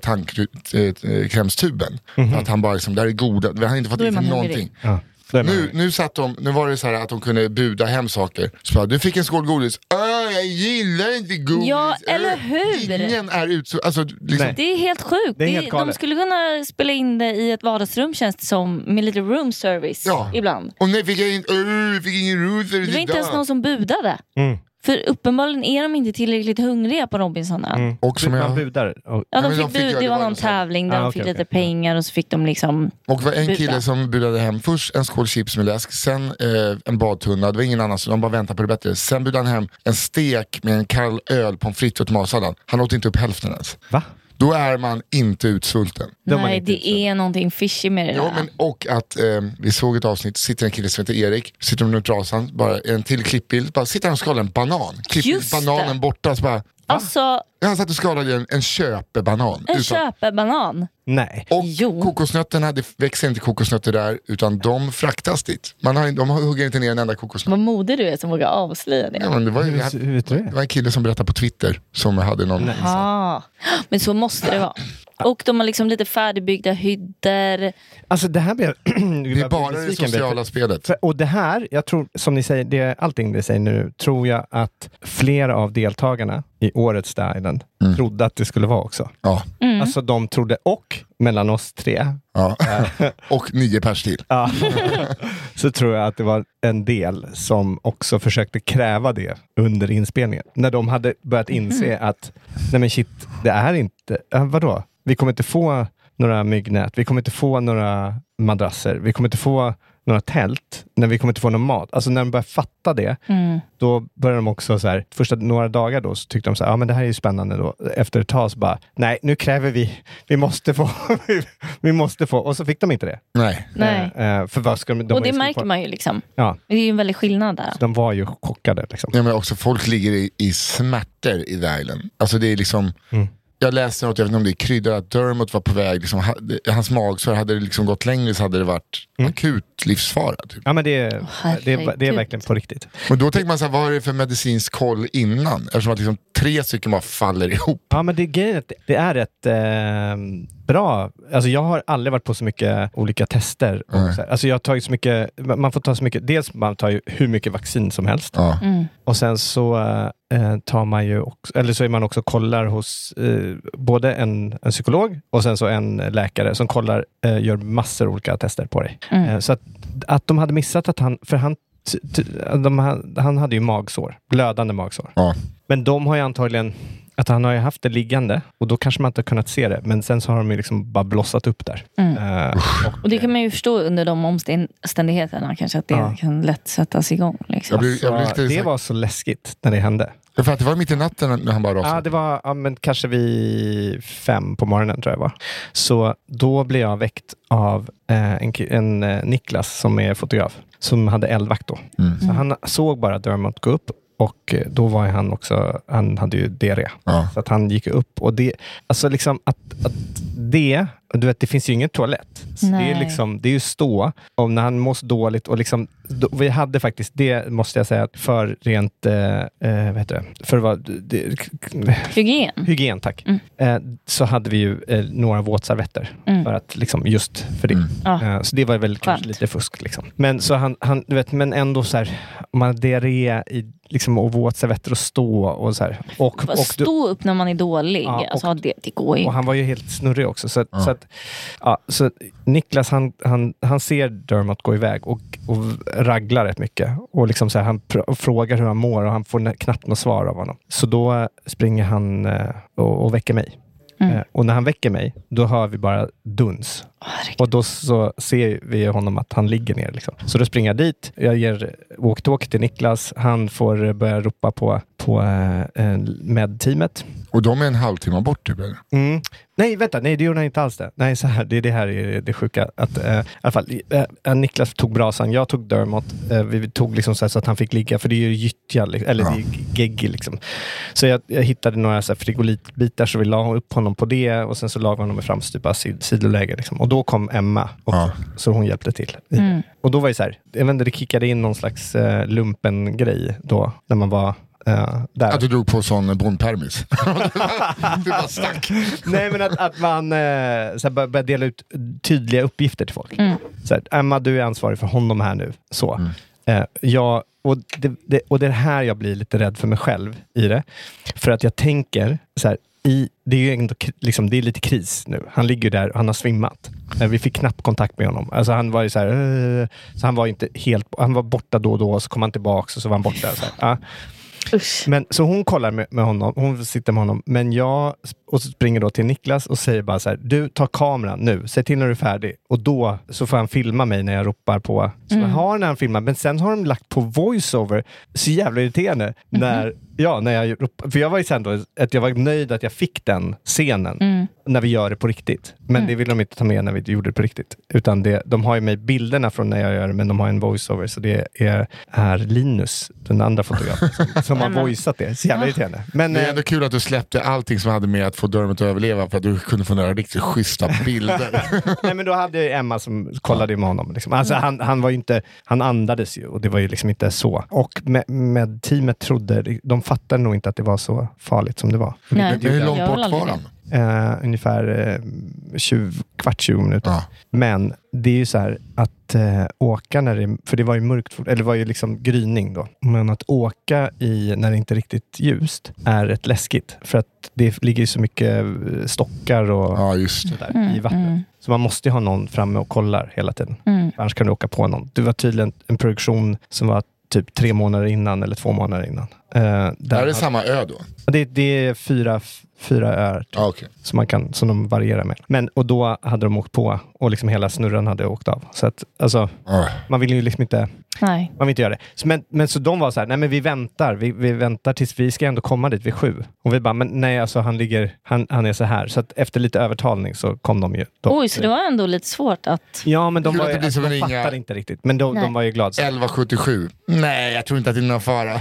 Speaker 2: tandkrämstuben. För att han bara, liksom, det här är goda, han hade inte fått
Speaker 4: Mhm. Då
Speaker 2: i
Speaker 4: är
Speaker 2: sig
Speaker 4: man
Speaker 2: någonting.
Speaker 4: hungrig.
Speaker 3: ja. Då är man-
Speaker 2: Nu, nu satt de, nu var det så här att de kunde buda hem saker. Så bara, du fick en skål godis. Öh, jag gillar inte godis.
Speaker 4: Ja,
Speaker 2: Öh.
Speaker 4: eller hur?
Speaker 2: Ingen är ut, alltså, liksom,
Speaker 3: Nej.
Speaker 4: Det är helt sjukt.
Speaker 3: Det är
Speaker 4: Det
Speaker 3: helt
Speaker 4: de
Speaker 3: galet.
Speaker 4: skulle kunna spela in det i ett vardagsrum känns det som, med lite room service
Speaker 2: Ja.
Speaker 4: ibland.
Speaker 2: Och nej, fick jag inte, öh, fick ingen ruter.
Speaker 4: Det var inte ens någon som budade.
Speaker 3: Mm.
Speaker 4: För uppenbarligen är de inte tillräckligt hungriga på Robinsonön.
Speaker 3: Mm.
Speaker 2: och som
Speaker 3: Man
Speaker 2: jag,
Speaker 3: budar. Och,
Speaker 4: Ja,
Speaker 2: Nej,
Speaker 4: de
Speaker 2: men
Speaker 4: fick
Speaker 2: de fick
Speaker 4: bud,
Speaker 2: göra-
Speaker 4: det
Speaker 2: det var
Speaker 4: var någon
Speaker 2: någon sån-
Speaker 4: tävling där
Speaker 3: Ah,
Speaker 4: de
Speaker 3: okej,
Speaker 4: fick
Speaker 3: okej.
Speaker 4: lite pengar och så fick de liksom...
Speaker 2: och det var en
Speaker 4: Buda.
Speaker 2: kille som budade hem först en skål chips med läsk, sen eh, en badtunna, det var ingen annan så de bara väntade på det bättre. Sen budade han hem en stek med en kall öl, pommes frites och tomatsallad. Han åt inte upp hälften ens.
Speaker 3: Va?
Speaker 2: Då är man inte utsvulten.
Speaker 3: De har
Speaker 4: nej,
Speaker 3: inte
Speaker 4: det är någonting fishy med det
Speaker 2: Ja,
Speaker 4: där.
Speaker 2: men, och att eh, vi såg ett avsnitt, sitter en kille som heter Erik, sitter runt brasan, bara en till klippbild, bara sitter han och skalar en banan. Klippbild,
Speaker 4: Just det.
Speaker 2: bananen borta, så bara,
Speaker 4: Alltså,
Speaker 2: han satt och skalade en, en köpebanan.
Speaker 4: en
Speaker 2: utan-
Speaker 4: köpebanan.
Speaker 3: Nej.
Speaker 2: Och
Speaker 4: Jo.
Speaker 2: kokosnötterna, det växer inte kokosnötter där utan de fraktas dit. Man har, de hugger inte ner en enda kokosnöt.
Speaker 4: Vad modig du är som vågar avslöja det.
Speaker 2: Ja, men det, var ju,
Speaker 3: Hur, hur vet du
Speaker 2: det
Speaker 3: det?
Speaker 2: var en kille som berättade på Twitter som hade någon...
Speaker 4: Ah,
Speaker 3: Alltså.
Speaker 4: men så
Speaker 3: Ah.
Speaker 4: måste det vara. Och de har liksom lite färdigbyggda hyddor.
Speaker 3: Alltså det här blev... [clears throat] gud,
Speaker 2: Det är
Speaker 3: vad
Speaker 2: bara det
Speaker 3: besviken jag blev.
Speaker 2: sociala spelet.
Speaker 3: För, och det här, jag tror, som ni säger, det, allting ni säger nu, tror jag att flera av deltagarna i årets The Island
Speaker 2: Mm.
Speaker 3: trodde att det skulle vara också.
Speaker 2: Ja,
Speaker 3: Alltså de trodde och, mellan oss tre, [laughs]
Speaker 2: ja. Och nio pers till.
Speaker 3: Ja. [laughs] så tror jag att det var en del som också försökte kräva det under inspelningen. När de hade börjat inse att, nej men shit, det är inte, äh, vadå? Vi kommer inte få några myggnät, vi kommer inte få några madrasser, vi kommer inte få några tält, när vi kommer inte få någon mat. Alltså när de börjar fatta det, då börjar de också så här, första några dagar då så tyckte de så här, ja men det här är ju spännande då. Efter ett tag så bara, nej nu kräver vi, vi måste få, [laughs] vi måste få. Och så fick de inte det.
Speaker 2: Nej.
Speaker 4: Nej.
Speaker 3: Eh, för vad ska de, de
Speaker 4: och
Speaker 3: var ju
Speaker 4: det
Speaker 3: så-
Speaker 4: märker man ju liksom.
Speaker 3: Ja,
Speaker 4: Det är ju en väldig skillnad där.
Speaker 3: de var ju chockade. Liksom.
Speaker 2: Ja, men också folk ligger i, i smärtor i The Island. Alltså det är liksom,
Speaker 3: Mm.
Speaker 2: Jag läste något, jag vet inte om det är kryddor, att Dermot var på väg, liksom, ha- det- hans magsår, hade det liksom gått längre så hade det varit
Speaker 3: Mm.
Speaker 2: akut livsfara. Typ.
Speaker 3: Ja, men det, är- det, är- det är
Speaker 4: herregud.
Speaker 3: verkligen på riktigt.
Speaker 2: Men då tänker man så här, vad är det för medicinsk koll innan? Eftersom att liksom, tre stycken bara faller ihop.
Speaker 3: Ja, men det, grejen är att det är rätt eh, bra. Alltså, jag har aldrig varit på så mycket olika tester. Och så här. Alltså, jag har tagit så mycket, man får ta så mycket, dels man tar ju hur mycket vaccin som helst.
Speaker 2: Ja.
Speaker 4: Mm,
Speaker 3: Och sen så eh, tar man ju också, eller så är man också kollar hos eh, både en, en psykolog och sen så en läkare som kollar, eh, gör massor olika tester på dig.
Speaker 4: Mm.
Speaker 3: Eh, så att, att de hade missat att han, för han, t, t, de, ha- han hade ju magsår, blödande magsår.
Speaker 2: Ja.
Speaker 3: Men de har ju antagligen, att han har ju haft det liggande och då kanske man inte har kunnat se det. Men sen så har de ju liksom bara blossat upp där. Eh, och,
Speaker 4: Mm. Och det kan man ju förstå under de omständigheterna kanske, att det
Speaker 3: Ja.
Speaker 4: kan lätt sättas igång. Liksom.
Speaker 2: Jag blir, jag blir lite,
Speaker 3: så, det
Speaker 2: det, var...
Speaker 3: var så läskigt när det hände.
Speaker 2: för att det var mitt i natten när han bara rasade.
Speaker 3: Ja, det var ja, men kanske vid fem på morgonen tror jag det var. Så då blev jag väckt av eh, en, ki- en eh, Niklas som är fotograf, som hade eldvakt då.
Speaker 2: Mm.
Speaker 3: Så
Speaker 4: Mm.
Speaker 3: han såg bara Dermot gå upp och eh, då var ju han också, han hade ju diarré.
Speaker 2: Ja.
Speaker 3: Så att han gick upp och det, alltså liksom att, att det, och du vet det finns ju ingen toalett. Så det är
Speaker 4: Nej.
Speaker 3: liksom, det är ju stå, om när han mått dåligt och liksom, då, vi hade faktiskt, det måste jag säga, för rent, eh, eh, vad heter det, för vad, det,
Speaker 4: Hygien.
Speaker 3: Hygien, tack. Eh, så hade vi ju eh, några våtservetter.
Speaker 4: Mm.
Speaker 3: För att, liksom, just för
Speaker 2: Mm.
Speaker 3: det.
Speaker 4: Ja.
Speaker 3: Eh, så det var väl kanske
Speaker 4: Skönt.
Speaker 3: lite fusk. Liksom. Men, så han, han, du vet, men ändå så här, om man har diarré i, liksom, och våtservetter och stå. Och, så här, och,
Speaker 4: Bara
Speaker 3: och, du,
Speaker 4: Stå upp när man är dålig.
Speaker 3: Ja, och-
Speaker 4: alltså, ja, det, det går ju
Speaker 3: och han var ju helt snurrig också. Så, att- så, att, ja, så Niklas han, han, han ser Dermot gå iväg och, och raglar rätt mycket. Och liksom så här, han pr- och frågar hur han mår och han får nä- knappt något svar av honom. Så då eh, springer han eh, och, och väcker mig.
Speaker 4: Mm.
Speaker 3: Eh, Och när han väcker mig, då hör vi bara duns. Och då så ser vi honom att han ligger ner. Liksom. Så då springer jag dit. Jag ger walkie-talkie till Niklas. Han får eh, börja ropa på, på eh, eh, med-teamet.
Speaker 2: Och de är en halvtimme bort typ. Eller?
Speaker 3: Mm. Nej, vänta, nej det gjorde han inte alls det. Nej, så här, det är det här är det sjuka. Att, eh, i alla fall, eh, Niklas tog brasan, jag tog Dermot. Eh, vi tog liksom så, här, så att han fick ligga, för det är ju gyttja, li- eller det är ju geggi liksom. Så jag, jag hittade några så här, frigolitbitar, så vi la upp honom på det och sen så la vi honom i framstupa sid, sidoläge. Liksom. Och då kom Emma också, så hon hjälpte till. i
Speaker 4: Mm.
Speaker 3: det. Och då var det så här, jag vet inte, det kickade in någon slags eh, lumpen-grej då, när man var eh, där.
Speaker 2: Att du drog på sån bondpermis. [laughs] du bara stack.
Speaker 3: [laughs] Nej, men att, att man eh, så här, bör- börjar dela ut tydliga uppgifter till folk. Så här, Emma, du är ansvarig för honom här nu. Så.
Speaker 2: Mm.
Speaker 3: Eh, jag, och, det, det, och det är här jag blir lite rädd för mig själv i det. För att jag tänker, så här, i, det är ju ändå, kri- liksom, det är lite kris nu. Han ligger ju där och han har svimmat. Eh, Vi fick knappt kontakt med honom. Alltså, han var ju så här, eh, så han var ju inte helt, han var borta då och då, och så kom han tillbaka och så var han borta. Så här. Ja. Men, så hon kollar med, med honom, hon sitter med honom, men jag sp- och så springer då till Niklas och säger bara så här, du tar kameran nu, säg till när du är färdig. Och då så får han filma mig när jag ropar på, så jag har när han filmar, men sen har de lagt på voiceover, så jävla irriterande, när, ja, när jag ropar, för jag var ju sen då, att jag var nöjd att jag fick den scenen, när vi gör det på riktigt. Men det vill de inte ta med när vi gjorde det på riktigt. Utan det, de har ju med bilderna från när jag gör det, men de har en voiceover, så det är, är Linus, den andra fotografen, som, som har voiceat det. Så jävla irriterande. Men,
Speaker 2: Det
Speaker 3: eh,
Speaker 2: är ändå kul att du släppte allting som hade med att få Dermot att överleva för att du kunde få några riktigt schyssta bilder.
Speaker 3: [laughs] Nej, men då hade jag ju Emma som kollade med honom. Liksom. Alltså, han, han, var ju inte, han andades ju och det var ju liksom inte så. Och med, med teamet trodde, de fattade nog inte att det var så farligt som det var.
Speaker 4: Nej.
Speaker 2: Men hur
Speaker 4: Jag
Speaker 2: långt
Speaker 4: har
Speaker 2: bort
Speaker 4: aldrig
Speaker 2: var
Speaker 4: det.
Speaker 2: han?
Speaker 3: eh, ungefär eh, 20, kvart 20 minuter.
Speaker 2: Ja.
Speaker 3: Men det är ju så här att eh, åka när det, för det var ju mörkt, fort- eller det var ju liksom gryning då. Men att åka i, när det inte är riktigt ljust är rätt läskigt. För att det ligger ju så mycket eh, stockar och
Speaker 2: Ja, just det.
Speaker 3: sådär i
Speaker 4: Mm,
Speaker 3: vattnet. Så man måste ju ha någon framme och kollar hela tiden.
Speaker 4: mm.
Speaker 3: Annars kan du åka på någon. Det var tydligen en produktion som var typ tre månader innan eller två månader innan. Eh, där
Speaker 2: Det här är
Speaker 3: hade-
Speaker 2: samma ö då?
Speaker 3: det, det är fyra, f- fyra öar
Speaker 2: Ja, okej.
Speaker 3: som, man kan, som de varierar med. Men, och då hade de åkt på och liksom hela snurran hade åkt av. Så att, alltså,
Speaker 2: Ja.
Speaker 3: man vill ju liksom inte,
Speaker 4: Nej.
Speaker 3: man vill inte göra det. Så, men, men så de var så här, nej men vi väntar. Vi, vi väntar tills vi ska ändå komma dit vid sju. Och vi bara, men nej alltså han ligger, han, han är så här. Så att efter lite övertalning så kom de ju. Då.
Speaker 4: Oj, så det var ändå lite svårt att...
Speaker 3: Ja, men de,
Speaker 2: Kul
Speaker 3: var
Speaker 2: att
Speaker 3: ju,
Speaker 2: det blir
Speaker 3: alltså,
Speaker 2: som
Speaker 3: de
Speaker 2: en ringa-
Speaker 3: fattade inte riktigt. Men de, de
Speaker 4: Nej.
Speaker 3: var ju glada.
Speaker 2: 1177. Nej, jag tror inte att det är någon fara.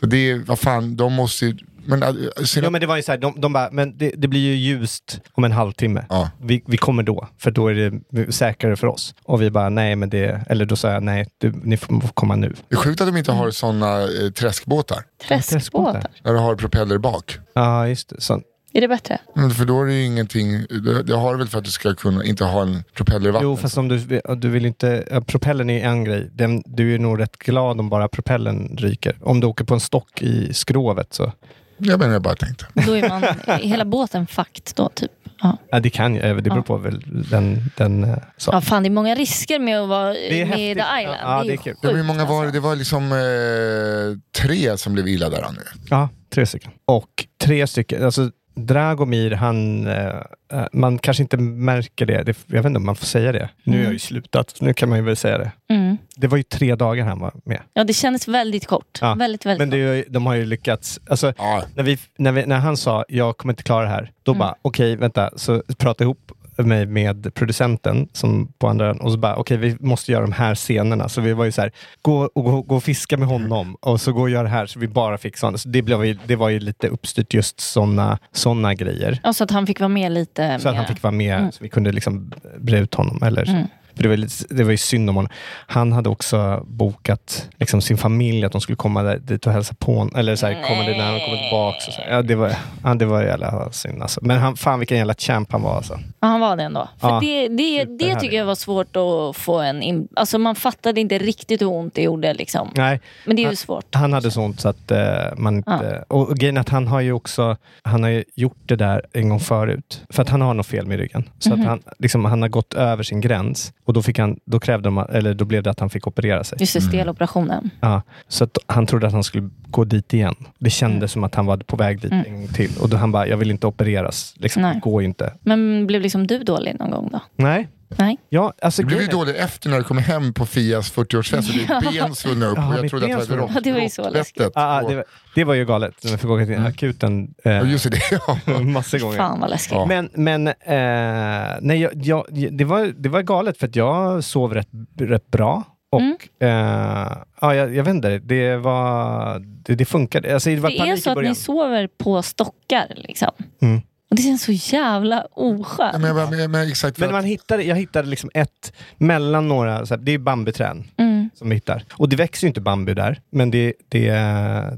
Speaker 2: För det är, vad fan, de måste ju... Men, äh, sina,
Speaker 3: Ja, men det var ju så här, de, de bara, men det, det blir ju ljust om en halvtimme.
Speaker 2: Ja.
Speaker 3: Vi, vi kommer då, för då är det säkrare för oss. Och vi bara, nej men det, eller då sa jag, nej, du, ni får får komma nu.
Speaker 2: Det är sjukt att de inte har sådana eh, träskbåtar.
Speaker 4: Träskbåtar.
Speaker 2: Där du har propeller bak.
Speaker 3: Ja, just det. Så,
Speaker 4: Är det bättre?
Speaker 2: Men för då är det ju ingenting, det, det har du väl för att du ska kunna inte ha en propeller i vattnet?
Speaker 3: jo, fast om du, du vill ju inte, ja, propellen är ju en grej. Den, du är nog rätt glad om bara propellen ryker. Om du åker på en stock i skrovet så,
Speaker 2: Jag menar, jag bara tänkte.
Speaker 4: Då är man hela båten fakt då, typ. Ja.
Speaker 3: ja det kan ju, eh, det beror på väl den, den eh,
Speaker 4: ja,
Speaker 3: saken.
Speaker 4: fan det är många risker med att vara
Speaker 3: är
Speaker 4: med i
Speaker 3: häftigt.
Speaker 4: The Island.
Speaker 3: Ja, ja,
Speaker 4: ju
Speaker 3: det är kul.
Speaker 4: sjukt,
Speaker 2: Ja, men hur många var det?
Speaker 4: alltså.
Speaker 2: Det var liksom eh, tre som blev illa där nu.
Speaker 3: Ja, tre stycken. Och tre stycken, alltså Dragomir, han, eh, eh, man kanske inte märker det. det. Jag vet inte om man får säga det. Nu har jag ju slutat, så nu kan man ju väl säga det.
Speaker 4: Mm.
Speaker 3: Det var ju tre dagar han var med.
Speaker 4: Ja, det kändes väldigt kort.
Speaker 3: Ja,
Speaker 4: Väldigt, väldigt
Speaker 3: Men det, är ju- de har ju lyckats. Alltså,
Speaker 2: Ja.
Speaker 3: när, vi, när, vi, när han sa jag kommer inte klara det här, då bara okej, vänta, så prata ihop mig med producenten som på andra ön och så bara okej, vi måste göra de här scenerna. Så vi var ju så här, gå och, gå, gå och fiska med honom och så gå och göra det här så vi bara fick sånt. Så det, blev, ju- det var ju lite uppstyrt just sådana såna grejer.
Speaker 4: kort. Ja, så att han fick vara med lite
Speaker 3: Så att han
Speaker 4: mer.
Speaker 3: fick vara med, så vi kunde liksom bre ut honom. Eller
Speaker 4: Mm.
Speaker 3: så. För det, var, lite- det var ju synd om honom. Han hade också bokat liksom, sin familj att de skulle komma där, dit och hälsa på honom. Eller så här, komma dit när han kommer tillbaka. och Så här. ja, det, var, ja, det var jävla synd alltså. Men han, fan vilken jävla champ han var alltså.
Speaker 4: Ja, han var det ändå. För
Speaker 3: Ja,
Speaker 4: det, det, det tycker jag var svårt att få en... In... Alltså man fattade inte riktigt hur ont det gjorde. Liksom.
Speaker 3: Nej,
Speaker 4: Men det är ju
Speaker 3: Ja.
Speaker 4: svårt.
Speaker 3: Han hade sånt så att eh, man inte... Och, och grejen är att han har ju också han har ju gjort det där en gång förut. För att han har något fel med ryggen. Så
Speaker 4: Mhm.
Speaker 3: att han, liksom, han har gått över sin gräns. Och då, fick han, då, krävde de, eller då blev det att han fick operera sig.
Speaker 4: Just det, steloperationen.
Speaker 3: Ja, så att han trodde att han skulle gå dit igen. Det kändes
Speaker 4: Mm.
Speaker 3: som att han var på väg dit en gång till. Och då han bara, jag vill inte opereras. Liksom,
Speaker 4: Nej.
Speaker 3: det går ju inte.
Speaker 4: Men blev liksom du dålig någon gång då?
Speaker 3: Nej.
Speaker 4: Nej.
Speaker 3: Ja, alltså,
Speaker 2: Det blev ju
Speaker 3: grejen är-
Speaker 2: dåligt efter när du kom hem på Fias 40-årsfest och ditt ben svullnade upp
Speaker 3: Ja,
Speaker 2: och jag
Speaker 3: mitt
Speaker 2: trodde
Speaker 3: ben
Speaker 2: att det var
Speaker 3: svullnade
Speaker 4: upp. Ja, det var ju så läskigt.
Speaker 2: råttbettet.
Speaker 3: Ja, ja, Ah, det, var- det var ju galet. Jag fick åka till akuten
Speaker 2: Mm. Ja,
Speaker 3: eh,
Speaker 2: just det. [laughs] Ja.
Speaker 3: [laughs] massor gånger.
Speaker 4: Fan vad läskigt.
Speaker 2: Ja.
Speaker 3: Men, men eh, nej, jag, jag, det, var, det var galet för att jag sov rätt, rätt bra. Och
Speaker 4: Mm.
Speaker 3: eh, ja, jag, jag vet inte, det, var, det, det funkade. Alltså, det var
Speaker 4: Det är
Speaker 3: panik i
Speaker 4: så att
Speaker 3: början.
Speaker 4: ni sover på stockar. Liksom.
Speaker 3: Mm.
Speaker 4: Och det känns så jävla
Speaker 2: Ja,
Speaker 4: oskönt.
Speaker 2: Men, jag- men, men, exakt, för
Speaker 3: Men man hittade, jag hittade liksom ett mellan några, så här, det är bambuträn
Speaker 4: Mm.
Speaker 3: som vi hittar. Och det växer ju inte bambu där, men det, det,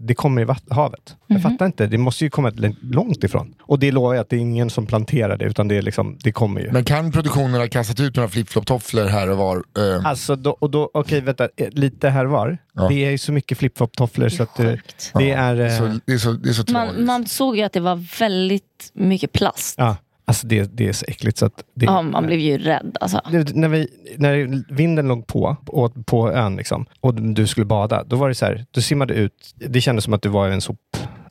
Speaker 3: det kommer i vatt- havet.
Speaker 2: Mm-hmm.
Speaker 3: Jag fattar inte, det måste ju komma l- långt ifrån. Och det lovar jag att det är ingen som planterar det, utan det, är liksom, det kommer ju.
Speaker 2: att, men kan produktionen ha kastat ut några flip-flop-tofflor här och var? Eh,
Speaker 3: Alltså, då, och då, okej vänta, eh, lite här var.
Speaker 2: Ja.
Speaker 3: Det är ju så mycket flip-flop-tofflor så att det,
Speaker 4: Sjukt.
Speaker 3: det är... eh,
Speaker 2: så, det är så, det är så tragiskt.
Speaker 4: Man, man såg ju att det var väldigt mycket plast.
Speaker 3: Ja, alltså det, det är så äckligt så att... Det,
Speaker 4: Ja, man blev ju rädd. Alltså.
Speaker 3: Nu, när, vi, när vinden låg på, på, på ön liksom, och du skulle bada, då var det så här, du simmade ut, det kändes som att du var i en sop...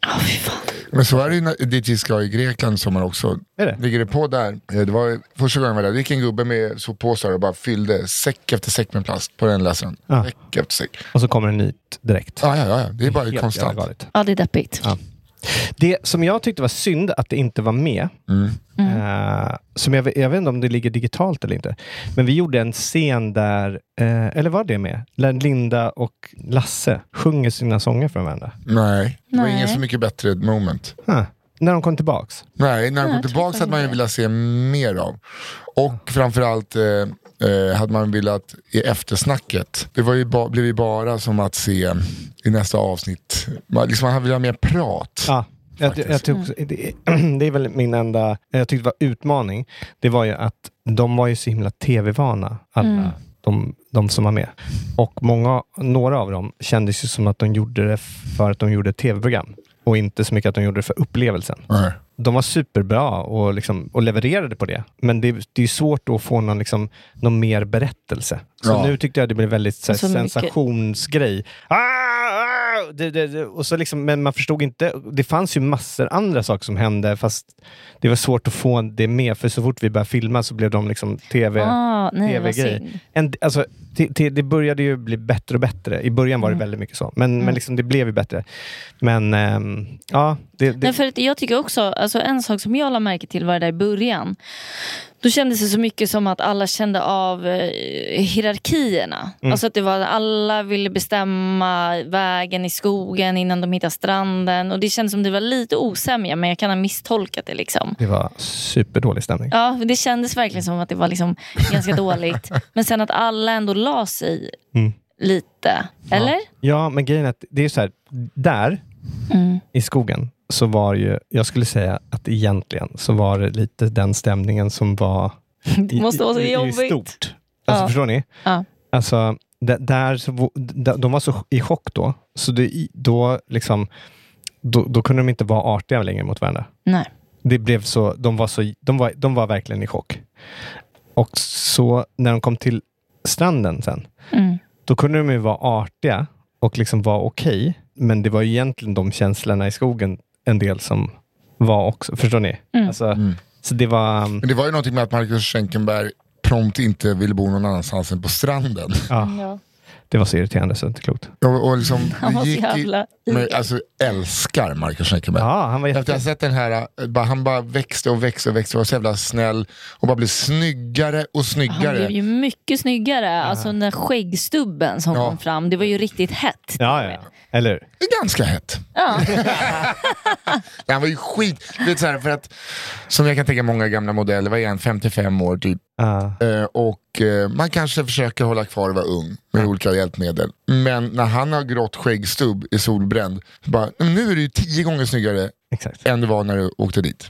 Speaker 4: Ja, fy fan.
Speaker 2: Men så är det ju när- dit vi ska i Grekland sommar också.
Speaker 3: Är det?
Speaker 2: Ligger det på där? Eh, Det var första gången jag var där. Det gick en gubbe med soppåsar och bara fyllde säck efter säck med plast på den läsaren.
Speaker 3: Ja.
Speaker 2: Säck efter säck.
Speaker 3: Och så kommer en nytt direkt.
Speaker 2: Ja, ja, ja, ja. Det är bara
Speaker 3: Helt
Speaker 2: konstant.
Speaker 3: jävla galet.
Speaker 4: Ja, det är deppigt.
Speaker 3: Ja. Det som jag tyckte var synd att det inte var med,
Speaker 2: Mm.
Speaker 3: eh, som jag, jag vet inte om det ligger digitalt eller inte, men vi gjorde en scen där, eh, eller var det med, där Linda och Lasse sjunger sina sånger för varandra.
Speaker 2: Nej, det var
Speaker 4: Nej.
Speaker 2: ingen så mycket bättre moment.
Speaker 3: Huh. När de kom tillbaks.
Speaker 2: Nej, när
Speaker 4: Nej,
Speaker 2: de
Speaker 4: jag
Speaker 2: kom
Speaker 4: tror
Speaker 2: tillbaka
Speaker 4: inte
Speaker 2: hade man ju
Speaker 4: det.
Speaker 2: velat se mer av. Och framförallt eh, eh, hade man velat i eftersnacket. Det var ju ba, blev ju bara som att se i nästa avsnitt. Man, liksom, man hade velat ha mer prat.
Speaker 3: Ja. Jag,
Speaker 2: faktiskt.
Speaker 3: jag tycker också, det, är- [clears throat] det är väl min enda, jag tyckte var utmaning, det var ju att de var ju så himla tv-vana, alla de, de som var med. Och många, några av dem kändes ju som att de gjorde det för att de gjorde ett tv-program och inte så mycket att de gjorde det för upplevelsen.
Speaker 2: Nej.
Speaker 3: De var superbra och, liksom, och levererade på det, men det, det är ju svårt att få någon, liksom, någon mer berättelse. Så
Speaker 2: Ja.
Speaker 3: nu tyckte jag det blev väldigt så här,
Speaker 4: Så mycket.
Speaker 3: sensationsgrej. Ah, ah, det, det, det, och så liksom, men man förstod inte. Det fanns ju massor andra saker som hände, fast det var svårt att få det med, för så fort vi började filma så blev de liksom tv...
Speaker 4: Ah, nej, vad
Speaker 3: TV-grej.
Speaker 4: synd.
Speaker 3: En, alltså, till, till, det började ju bli bättre och bättre. I början
Speaker 4: Mm.
Speaker 3: var det väldigt mycket så, men, men liksom, det blev ju bättre. Men ehm, ja, det, det,
Speaker 4: Nej, för att jag tycker också, alltså en sak som jag la märke till var det där i början. Då kändes det så mycket som att alla kände av eh, hierarkierna. Alltså att det var alla ville bestämma vägen i skogen innan de hittade stranden. Och det kändes som det var lite osämja men jag kan ha misstolkat det liksom.
Speaker 3: det var superdålig stämning.
Speaker 4: Ja, för det kändes verkligen som att det var liksom ganska dåligt. Men sen att alla ändå la sig lite. Eller?
Speaker 3: Ja, men grejen är att det är så här, där
Speaker 4: Mm.
Speaker 3: i skogen så var ju, jag skulle säga att egentligen så var det lite den stämningen som var
Speaker 4: Det måste vara så
Speaker 3: i, i, i
Speaker 4: jobbigt.
Speaker 3: stort. Alltså,
Speaker 4: Ja.
Speaker 3: Förstår ni?
Speaker 4: Ja.
Speaker 3: Alltså, d- där, så vo- d- de var så i chock då, så det, i- då, liksom, då, då kunde de inte vara artiga längre mot varandra.
Speaker 4: Nej.
Speaker 3: Det blev så, de, var så de, var, de var verkligen i chock. Och så när de kom till stranden sen,
Speaker 4: Mm.
Speaker 3: då kunde de ju vara artiga och liksom vara okej. men det var ju egentligen de känslorna i skogen en del som var också. Förstår ni? Alltså,
Speaker 2: Mm.
Speaker 3: Så det
Speaker 2: [clears throat]
Speaker 3: var... um,
Speaker 2: Men det var ju någonting med att Marcus Schenkenberg prompt inte ville bo någon annanstans än på stranden. [laughs]
Speaker 4: Ja.
Speaker 3: Det var så irriterande så det är inte klokt.
Speaker 2: Och, och liksom,
Speaker 4: [laughs] Han var
Speaker 2: det
Speaker 4: så
Speaker 2: gick i-
Speaker 4: jävla
Speaker 2: men,
Speaker 4: idiot.
Speaker 2: alltså Älskar Marcus Schenkenberg.
Speaker 3: Ja, han var
Speaker 2: Efter att
Speaker 3: jätte...
Speaker 2: ha sett den här, eh, bara, han bara växte och växte och växte och var så jävla snäll och bara blev snyggare och
Speaker 4: Han blev
Speaker 2: snyggare.
Speaker 4: ju mycket snyggare. Alltså den där skäggstubben som
Speaker 2: Ja.
Speaker 4: kom fram, det var ju riktigt hett.
Speaker 3: Ja, ja. Eller hur?
Speaker 2: Det är ganska hett.
Speaker 4: Ja.
Speaker 2: [laughs] Han var ju skit... Du vet, så här, för att, som jag kan tänka många gamla modeller, vad är han, 55 år typ.
Speaker 3: Ja.
Speaker 2: Eh, och eh, man kanske försöker hålla kvar och vara ung med olika hjälpmedel. Men när han har grått skäggstubb i solbränd, bara, nu är du ju tio gånger snyggare
Speaker 3: Exakt.
Speaker 2: än du var när du åkte dit.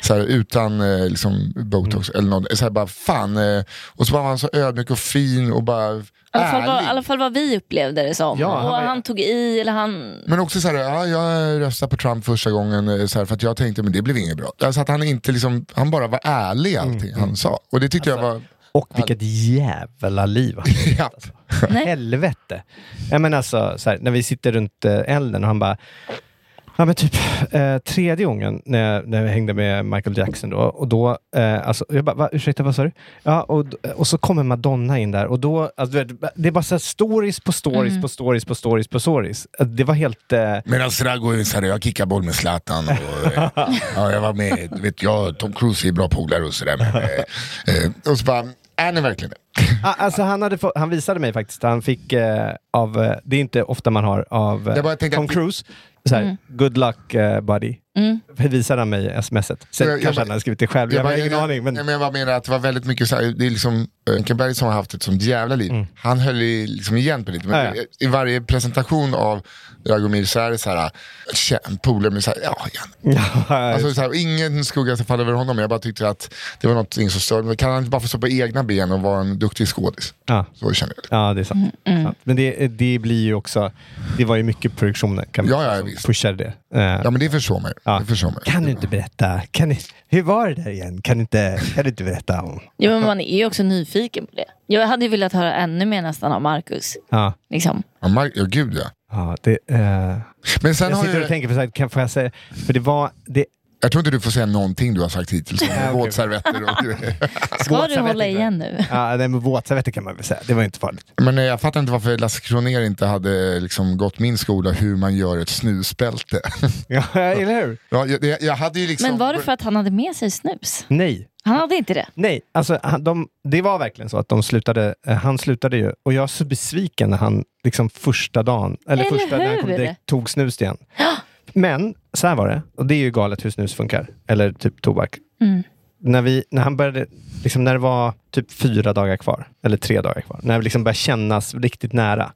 Speaker 2: Så här, utan eh, liksom, botox eller något. Så här, bara, fan. Eh, och så var han så ödmjuk och fin och bara
Speaker 4: I alla, fall
Speaker 2: ärlig.
Speaker 4: vad, I alla fall vad vi upplevde det som.
Speaker 3: Ja,
Speaker 4: och
Speaker 3: han var-
Speaker 4: han tog i, eller han...
Speaker 2: Men också så här, ja, jag röstade på Trump första gången eh, så här, för att jag tänkte men det blev inget bra. Alltså att han, inte liksom, han bara var ärlig i allting han sa. Och det tyckte jag var...
Speaker 3: Och vilket jävla liv alltså. han hade.
Speaker 2: [laughs] Ja.
Speaker 4: Nej.
Speaker 3: Helvete. Ja, men alltså, så här, när vi sitter runt eh, elden och han bara Ja, men typ eh, tredje gången när jag, när jag hängde med Michael Jackson då. Och då eh, alltså, jag bara, va, ursäkta vad sa du? Ja, och, och så kommer Madonna in där och då, alltså, du vet, det är bara så här, stories på stories på stories på stories på stories. Det var helt... Eh,
Speaker 2: Medan Rago är så här, jag kickar boll med Zlatan och eh, ja, jag var med, du vet jag Tom Cruise är bra polare och sådär. men, eh, eh, Och så bara, är ni verkligen det?
Speaker 3: ah, alltså, han, hade få, han visade mig faktiskt, han fick eh, av, eh, det är inte ofta man har av eh,
Speaker 2: Jag bara tänkte
Speaker 3: Tom
Speaker 2: att vi-
Speaker 3: Cruise, så här, good luck eh, buddy. Visade han mig smset. Sen
Speaker 2: Jag- jag
Speaker 3: kanske
Speaker 2: bara-
Speaker 3: han hade skrivit det själv, jag, har ingen aning. Men,
Speaker 2: Nej, men jag bara menar att det var väldigt mycket så här, det är liksom Önkenberg som har haft ett sånt jävla liv. Han höll ju liksom igen på lite. Men
Speaker 3: Mm. Ja, ja.
Speaker 2: i varje presentation av Dragomir så är det så här, tjän- polare med så här, ja, ja.
Speaker 3: Mm. [laughs]
Speaker 2: Alltså, så här, ingen skugga som faller över honom. Jag bara tyckte att det var något som störde mig. Kan han inte bara få stå på egna ben och vara en duktig skådis?
Speaker 3: ja.
Speaker 2: Så känner jag.
Speaker 3: Ja, det är sant. sant. Men det, det blir ju också... Det var ju mycket produktioner kan man
Speaker 2: Ja, ja,
Speaker 3: som
Speaker 2: visst.
Speaker 3: pushade det. Eh,
Speaker 2: Ja men det förstår man ju.
Speaker 3: Ja.
Speaker 2: Det förstår man ju.
Speaker 3: Kan du inte berätta? Kan ni, hur var det där igen? Kan du inte, kan du inte berätta om...
Speaker 4: Ja, men man är ju också nyfiken på det. Jag hade ju velat höra ännu mer nästan av Marcus.
Speaker 3: Ja,
Speaker 4: Liksom.
Speaker 2: Ja, Mar- ja gud ja.
Speaker 3: ja det, eh,
Speaker 2: Men sen
Speaker 3: jag
Speaker 2: har
Speaker 3: sitter och
Speaker 2: jag,
Speaker 3: tänker, för, så här, kan, får jag säga, för det var... Det,
Speaker 2: jag tror inte du får säga någonting du har sagt hittills.
Speaker 3: [laughs] okej.
Speaker 2: Våtservetter och [laughs] grejer.
Speaker 3: [laughs]
Speaker 4: Ska du
Speaker 3: Våtservetter
Speaker 4: hålla
Speaker 3: inte.
Speaker 4: igen nu?
Speaker 3: ja, nej, men våtservetter kan man väl säga. Det var ju
Speaker 2: [laughs]
Speaker 3: inte farligt.
Speaker 2: Men eh, jag fattar inte varför Lasse Kronér inte hade liksom, gått min skola hur man gör ett snusbälte. [laughs]
Speaker 3: Ja, eller hur?
Speaker 2: ja, jag, det- jag hade ju liksom...
Speaker 4: Men var det för att han hade med sig snus?
Speaker 3: Nej.
Speaker 4: Han hade inte det.
Speaker 3: Nej, alltså, han, de, det var verkligen så att de slutade, eh, han slutade ju. Och jag var så besviken när han liksom första dagen, eller,
Speaker 4: Eller
Speaker 3: första när han kom
Speaker 4: hur?
Speaker 3: direkt, tog snus igen. [gasps] Men så här var det, och det är ju galet hur snus funkar, eller typ tobak. När, vi, när han började, liksom när det var typ fyra dagar kvar, eller tre dagar kvar, när det liksom började kännas riktigt nära,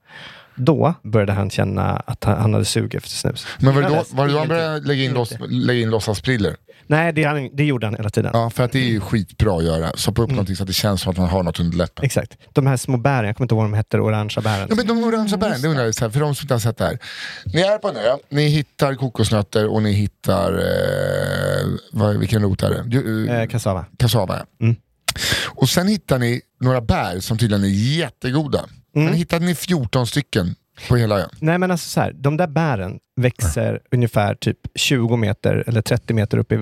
Speaker 3: Då började han känna att han, han hade sug efter snus.
Speaker 2: Men var det
Speaker 3: Jag har
Speaker 2: då,
Speaker 3: läst
Speaker 2: var det då han
Speaker 3: ingenting.
Speaker 2: började lägga in,
Speaker 3: Jag
Speaker 2: låts,
Speaker 3: gjorde
Speaker 2: lägga in låtsasbriller?
Speaker 3: Nej, det, han, det gjorde han hela tiden.
Speaker 2: Ja, för att det är ju skitbra att göra. Stoppa
Speaker 3: Mm.
Speaker 2: upp någonting så att det känns som att man har något under läppen.
Speaker 3: Exakt. De här små bären, jag kommer inte ihåg vad de hette, orangea bären.
Speaker 2: Ja, men de orangea bären, det undrar jag, så här, för de som inte har sett det här. Ni är på en ö, ni hittar kokosnötter och ni hittar, eh, vad, vilken rot är det? Du, eh,
Speaker 3: eh, kassava.
Speaker 2: kassava. ja.
Speaker 3: Mm.
Speaker 2: Och sen hittar ni några bär som tydligen är jättegoda.
Speaker 3: Mm.
Speaker 2: Men hittade ni 14 stycken på hela ön?
Speaker 3: Nej, men alltså så här, de där bären växer ungefär typ 20 meter eller 30 meter upp i,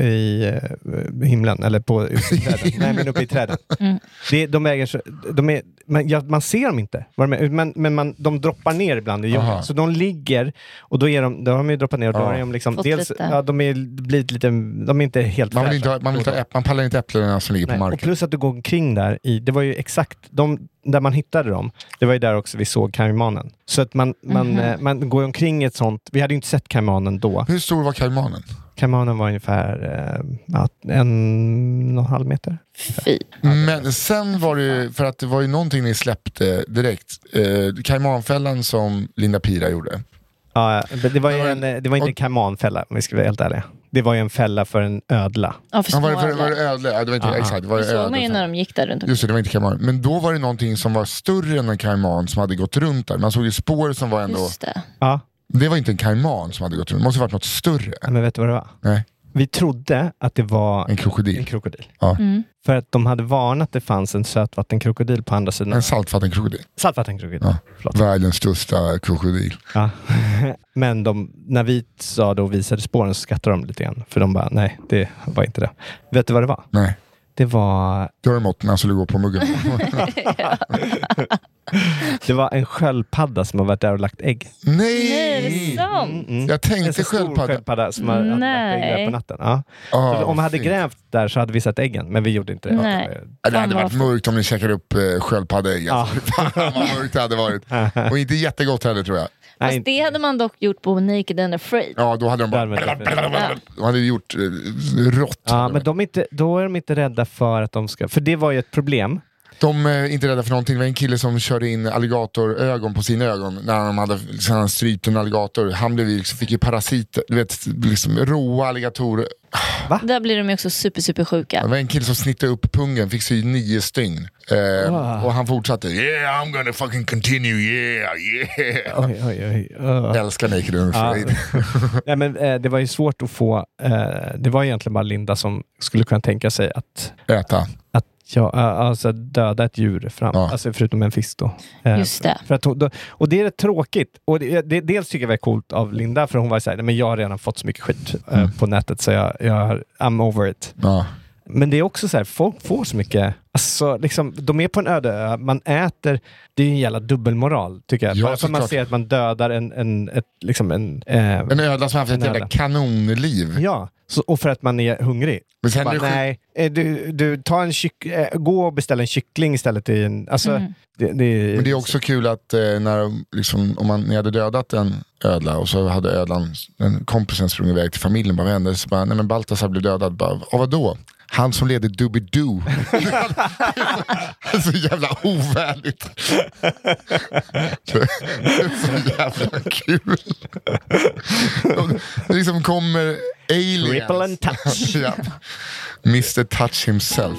Speaker 3: i eh, himlen. Eller på uppe
Speaker 2: [laughs]
Speaker 3: i träden. Nej, men uppe i träden.
Speaker 4: Mm.
Speaker 3: Det, de väger så, de är, men, ja, man ser dem inte, vad de är, men, men man, de droppar ner ibland i
Speaker 2: Aha.
Speaker 3: jorden. Så de ligger och då, är de, då har de ju droppat ner och då
Speaker 2: Ja.
Speaker 3: har de liksom,
Speaker 4: Fått
Speaker 3: dels,
Speaker 4: lite.
Speaker 3: ja, de är, blivit lite, de är inte helt
Speaker 2: Man, vill
Speaker 3: fräscha.
Speaker 2: inte ha, man, vill inte ha äpp, man pallar inte äpplena som ligger på
Speaker 3: Nej, och
Speaker 2: marken.
Speaker 3: plus att du går omkring där i, det var ju exakt de, där man hittade dem, det var ju där också vi såg kaimanen. Så att man, man, eh, man går ju omkring i ett sånt, vi hade ju inte sett kaimanen då.
Speaker 2: Hur stor var kaimanen?
Speaker 3: Kaimanen var ungefär eh, ja, en och en halv meter.
Speaker 4: Fy.
Speaker 2: Men sen var det ju, för att det var ju någonting ni släppte direkt. Eh, kaimanfällan som Linda Pira gjorde.
Speaker 3: Ja, men det, var ju
Speaker 2: Det var
Speaker 3: en, eh, det var inte en kaimanfälla om vi ska vara helt ärliga. Det var ju en fälla för en ödla.
Speaker 4: Ja, för
Speaker 2: Ja, var, det, var, det,
Speaker 4: småödlor.
Speaker 2: var det ödle? Ja, det var inte,
Speaker 3: Aha.
Speaker 2: exakt, det var
Speaker 4: Det
Speaker 2: det
Speaker 4: såg man ju när
Speaker 2: ödle.
Speaker 4: de gick där runt omkring.
Speaker 2: Just det, det var inte kaiman. Men då var det någonting som var större än en kaiman som hade gått runt där. Man såg ju spår som var ändå...
Speaker 4: Just det.
Speaker 3: Ja,
Speaker 2: Det var inte en kaiman som hade gått runt, det måste ha varit något större.
Speaker 3: men vet du vad det var?
Speaker 2: Nej,
Speaker 3: Vi trodde att det var
Speaker 2: en
Speaker 3: en
Speaker 2: krokodil.
Speaker 3: krokodil.
Speaker 2: Ja.
Speaker 3: För att de hade varnat att det fanns en sötvattenkrokodil på andra sidan.
Speaker 2: En saltvattenkrokodil.
Speaker 3: Saltvattenkrokodil.
Speaker 2: Ja.
Speaker 3: Förlåt.
Speaker 2: Världens största krokodil.
Speaker 3: Ja. [laughs] Men de, när vi sa det och visade spåren så skrattade de lite grann. För de bara, nej, det var inte det. Vet du vad det var?
Speaker 2: Nej,
Speaker 3: Det var,
Speaker 2: Dermot när han skulle gå på
Speaker 3: [laughs]
Speaker 2: muggen.
Speaker 3: det var en sköldpadda som har varit där och lagt ägg. Mm.
Speaker 4: Nej, det är
Speaker 2: Nej!
Speaker 4: sant.
Speaker 2: Jag
Speaker 3: En
Speaker 2: tänkte
Speaker 3: så stor
Speaker 2: sköldpadda.
Speaker 3: sköldpadda som har hade lagt ägg där
Speaker 4: Nej.
Speaker 3: på natten. Ja.
Speaker 2: Ah,
Speaker 3: så om vi hade
Speaker 2: fy.
Speaker 3: grävt där så hade vi sett äggen, men vi gjorde inte det.
Speaker 4: Nej.
Speaker 3: Det var-
Speaker 2: Ja, Det hade
Speaker 4: Fan,
Speaker 2: varit mörkt om ni käkade upp eh, sköldpaddeägg. Alltså. Fan vad mörkt det hade
Speaker 3: [laughs]
Speaker 2: varit. Och inte jättegott heller tror jag.
Speaker 3: Nej,
Speaker 4: Fast det hade man dock gjort på Naked and Afraid.
Speaker 2: Ja, då hade de
Speaker 3: Därmed
Speaker 2: bara...
Speaker 4: definitivt.
Speaker 2: De hade gjort eh, rått.
Speaker 3: Ja, men de är inte, då är de inte rädda för att de ska... För det var ju ett problem.
Speaker 2: De eh, är inte rädda för någonting. Det var en kille som körde in alligatorögon på sina ögon när han hade när han strypt en alligator. Han blev, ju liksom, fick ju parasiter, du vet, liksom, råa alligatorer.
Speaker 4: Där blir de ju också super, super
Speaker 2: Det
Speaker 4: sjuka.
Speaker 2: var en kille som snittade upp pungen, fick sy nio stygn. Eh,
Speaker 3: Ah.
Speaker 2: Och han fortsatte. Yeah, I'm gonna fucking continue, yeah, yeah.
Speaker 3: Oj, oj, oj. Ugh.
Speaker 2: Jag älskar Naked and
Speaker 3: Ah.
Speaker 2: Afraid.
Speaker 3: [laughs] Nej, men, eh, det var ju svårt att få... Eh, det var egentligen bara Linda som skulle kunna tänka sig att,
Speaker 2: Äta.
Speaker 3: att ja, eh, alltså, döda ett djur, fram,
Speaker 2: Ja.
Speaker 3: alltså, förutom en fisk. Då. Eh,
Speaker 4: Just det.
Speaker 3: För att hon, då, och det är rätt tråkigt. Och det, det, dels tycker jag det var coolt av Linda, för hon var så här, "Nej, men jag har redan fått så mycket skit eh,
Speaker 2: Mm.
Speaker 3: på nätet så jag, jag, I'm over it.
Speaker 2: Ja.
Speaker 3: Men det är också så här, folk får så mycket... Alltså, liksom, de är på en öde ö, man äter... Det är ju en jävla dubbelmoral, tycker jag.
Speaker 2: Ja,
Speaker 3: Bara för att man
Speaker 2: såklart.
Speaker 3: ser att man dödar en... en, ett, liksom en, eh,
Speaker 2: En ödla som haft ett
Speaker 3: En
Speaker 2: jävla
Speaker 3: ödla.
Speaker 2: kanonliv.
Speaker 3: Ja, så, och för att man är hungrig.
Speaker 2: Men sen är
Speaker 3: Bara,
Speaker 2: det sjuk-
Speaker 3: nej, eh, du, du ta en kyck, eh, gå och beställ en kyckling istället. I en, alltså, det, det,
Speaker 2: Men det är också kul att eh, när, de, liksom, om man, ni hade dödat en ödla och så hade ödlan, den kompisen sprungit iväg till familjen, bara vad hände? Så bara, nej men Baltasar blev dödad. Bara, och vadå? Han som leder Doobidoo. [laughs] så jävla ovärdigt. Det är [laughs] så jävla kul. De, det liksom kommer aliens.
Speaker 3: Ripple and
Speaker 2: [laughs]
Speaker 3: touch.
Speaker 2: ja. Mr Touch himself.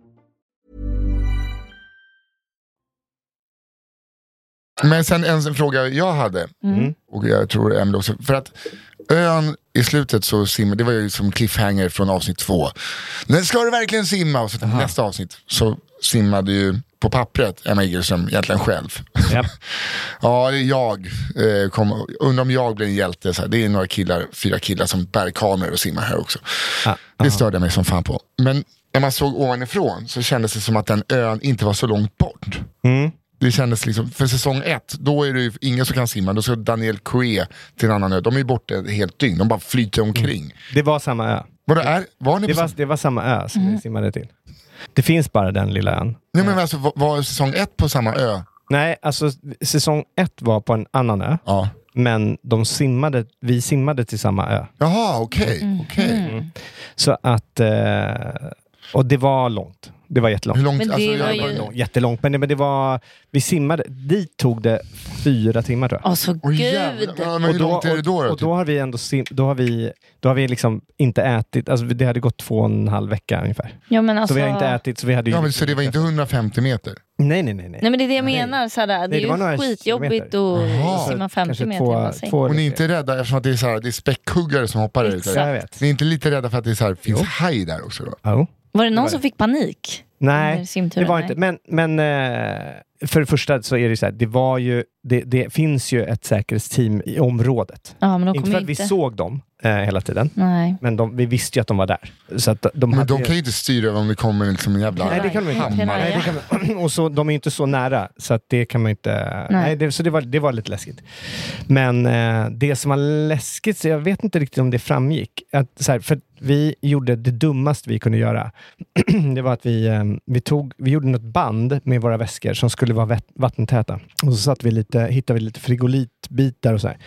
Speaker 2: Men sen en fråga jag hade, och jag tror Emelie också, för att ön i slutet så simmar, det var ju som cliffhanger från avsnitt två. Nu ska du verkligen simma! Och så till nästa avsnitt så simmade ju på pappret Emma Igelström egentligen själv.
Speaker 3: Japp.
Speaker 2: ja, jag eh, kom, undrar om jag blir en hjälte. Så här. Det är några killar, fyra killar som bär kameror och simmar här också.
Speaker 3: Ah,
Speaker 2: det störde jag mig som fan på. Men när man såg ovanifrån så kändes det som att den ön inte var så långt bort.
Speaker 3: Mm.
Speaker 2: Det kändes liksom, för säsong ett, då är det ju ingen som kan simma. Då ska Daniel Coué till en annan ö. De är ju borta ett helt dygn. De bara flyter omkring.
Speaker 3: Det var samma ö.
Speaker 2: Vadå, är, var ni
Speaker 3: Mm. Det
Speaker 2: på
Speaker 3: var,
Speaker 2: säsong-
Speaker 3: det var samma ö som vi simmade till. Det finns bara den lilla ön.
Speaker 2: Nej, men alltså, var, var säsong ett på samma ö?
Speaker 3: Nej, alltså säsong ett var på en annan ö.
Speaker 2: Ja.
Speaker 3: Men de simmade, vi simmade till samma ö.
Speaker 2: Jaha, okej.
Speaker 4: Mm.
Speaker 2: okej.
Speaker 3: Så att... Eh, och det var långt. Det var jättelångt.
Speaker 2: Hur långt?
Speaker 4: Men det
Speaker 2: alltså,
Speaker 4: var
Speaker 2: jag,
Speaker 4: ju-
Speaker 3: Lång- Jättelångt, men det, men det var... Vi simmade... Dit tog det fyra timmar tror jag.
Speaker 4: Åh, så
Speaker 2: Åh,
Speaker 4: gud.
Speaker 2: jävlar. Ja, men hur långt är det då? då,
Speaker 3: och,
Speaker 2: typ?
Speaker 3: och då har vi ändå sim, då har vi, då har vi liksom inte ätit. Alltså det hade gått två och en halv vecka ungefär.
Speaker 4: Ja, men alltså,
Speaker 3: Så vi har inte ätit. Så vi hade ju
Speaker 2: ja, men, så det var inte 150 meter?
Speaker 3: Nej, nej, nej. nej.
Speaker 4: Nej men det är det jag menar. Så här, det
Speaker 3: det var
Speaker 4: är
Speaker 3: några
Speaker 4: ju skitjobbigt
Speaker 2: Jaha.
Speaker 4: att simma
Speaker 3: Kanske
Speaker 4: 50 meter
Speaker 3: två-
Speaker 4: i bassäng.
Speaker 3: två
Speaker 2: Och
Speaker 3: eller
Speaker 2: ni är
Speaker 3: tre.
Speaker 2: inte rädda, eftersom att det är, så här, det är späckhuggare som hoppar ut?
Speaker 4: Exakt.
Speaker 3: Ja, jag vet.
Speaker 2: Ni är inte lite rädda för att det är så här, finns haj där också? Då?
Speaker 3: Jo.
Speaker 4: Var det någon som fick panik? Under
Speaker 3: Nej,
Speaker 4: simturen,
Speaker 3: det var
Speaker 4: nej.
Speaker 3: inte. Men, men eh, för det första så är det så här, det var ju, det, det finns ju ett säkerhetsteam i området.
Speaker 4: Ja men de
Speaker 3: Inte för
Speaker 4: kommer
Speaker 3: att vi
Speaker 4: inte.
Speaker 3: såg dem eh, hela tiden,
Speaker 4: Nej.
Speaker 3: men de, vi visste ju att de var där. Så att de
Speaker 2: Men
Speaker 3: hade
Speaker 2: de
Speaker 3: ju-
Speaker 2: kan ju inte styra över om det kommer liksom en jävla...
Speaker 3: Nej, det kan de inte.
Speaker 4: Hammare.
Speaker 3: Nej, det kan man, Ehm, och så, de är ju inte så nära, så att det kan man ju inte... Nej. det, så det var, det var lite läskigt. Men eh, det som var läskigt, så jag vet inte riktigt om det framgick. Att, så här, för att vi gjorde det dummaste vi kunde göra. [clears throat] det var att vi, eh, vi, tog, vi gjorde något band med våra väskor som skulle vara vet- vattentäta. Och så satt vi lite, hittade vi lite frigolitbitar och så här.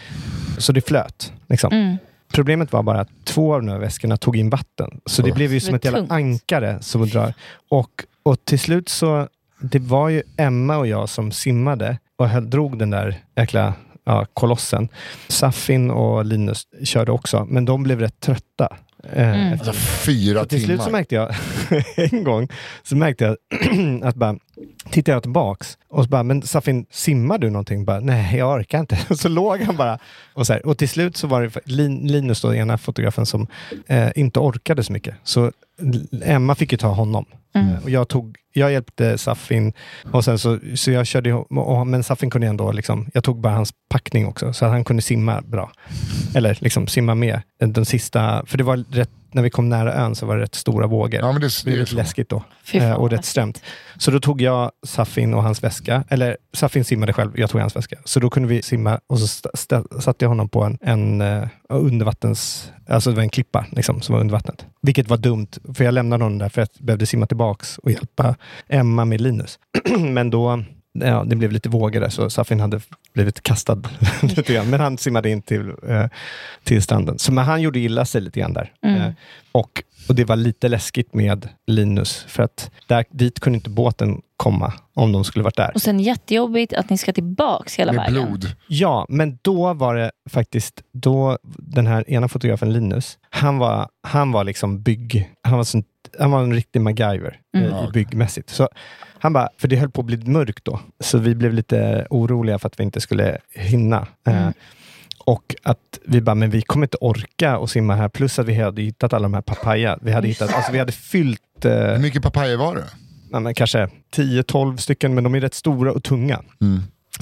Speaker 3: Så det flöt. Liksom.
Speaker 4: Mm.
Speaker 3: Problemet var bara att två av de här väskorna tog in vatten. Så det blev ju som
Speaker 4: Det
Speaker 3: ett jävla
Speaker 4: tungt.
Speaker 3: ankare som drar. Och, och till slut så, det var ju Emma och jag som simmade och höll, drog den där jäkla ja, kolossen. Safin och Linus körde också, men de blev rätt trötta. Eh,
Speaker 2: Alltså fyra
Speaker 4: Mm.
Speaker 3: så till
Speaker 2: timmar.
Speaker 3: slut så märkte jag, [laughs] en gång, så märkte jag [clears throat] att bara, tittade jag tillbaks och så bara, men Safin, simmar du någonting? Bara, Nej, jag orkar inte. [laughs] Så låg han bara. Och, så här, och till slut så var det Lin- Linus, då, ena fotografen, som eh, inte orkade så mycket. Så Emma fick ju ta honom. Eh, Och jag, tog, jag hjälpte Safin och sen så, så jag körde ihop, och, men Safin kunde ändå liksom, jag tog bara hans packning också så att han kunde simma bra. Eller liksom simma med den sista, för det var rätt, när vi kom nära ön så var det rätt stora vågor.
Speaker 2: Ja, men det,
Speaker 3: Det är
Speaker 2: det är
Speaker 3: lite
Speaker 2: så.
Speaker 3: läskigt då.
Speaker 4: Fy fan,
Speaker 3: Eh, och
Speaker 4: vad
Speaker 3: rätt
Speaker 4: läskigt.
Speaker 3: strömt. Så då tog jag Safin och hans väska. Eller Safin simmade själv, jag tog hans väska. Så då kunde vi simma och så st- st- satte jag honom på en, en eh, undervattens... Alltså det var en klippa liksom, som var under vattnet. Vilket var dumt, för jag lämnade honom där för jag behövde simma tillbaks och hjälpa Emma med Linus. [clears throat] Men då... Ja, det blev lite vågor där, så Safin hade blivit kastad [laughs] lite grann. Men han simmade in till, eh, till stranden. Så, men han gjorde illa sig lite grann där.
Speaker 4: Mm.
Speaker 3: Eh, och, och det var lite läskigt med Linus, för att där, dit kunde inte båten komma om de skulle varit där.
Speaker 4: Och sen jättejobbigt att ni ska tillbaks hela
Speaker 2: Med
Speaker 4: vägen.
Speaker 2: blod.
Speaker 3: Ja, men då var det faktiskt, då den här ena fotografen Linus, han var, han var liksom bygg, han var, sånt, han var en riktig MacGyver mm. i byggmässigt. Så han bara, för det höll på att bli mörkt då, så vi blev lite oroliga för att vi inte skulle hinna.
Speaker 4: Mm.
Speaker 3: Eh, och att vi bara, men vi kommer inte orka att simma här. Plus att vi hade hittat alla de här papaya. Vi hade, hittat, alltså vi hade fyllt eh,
Speaker 2: Hur mycket papaya var det?
Speaker 3: ja,
Speaker 2: Mm.
Speaker 3: men kanske 10-12 stycken, men de är rätt stora och tunga.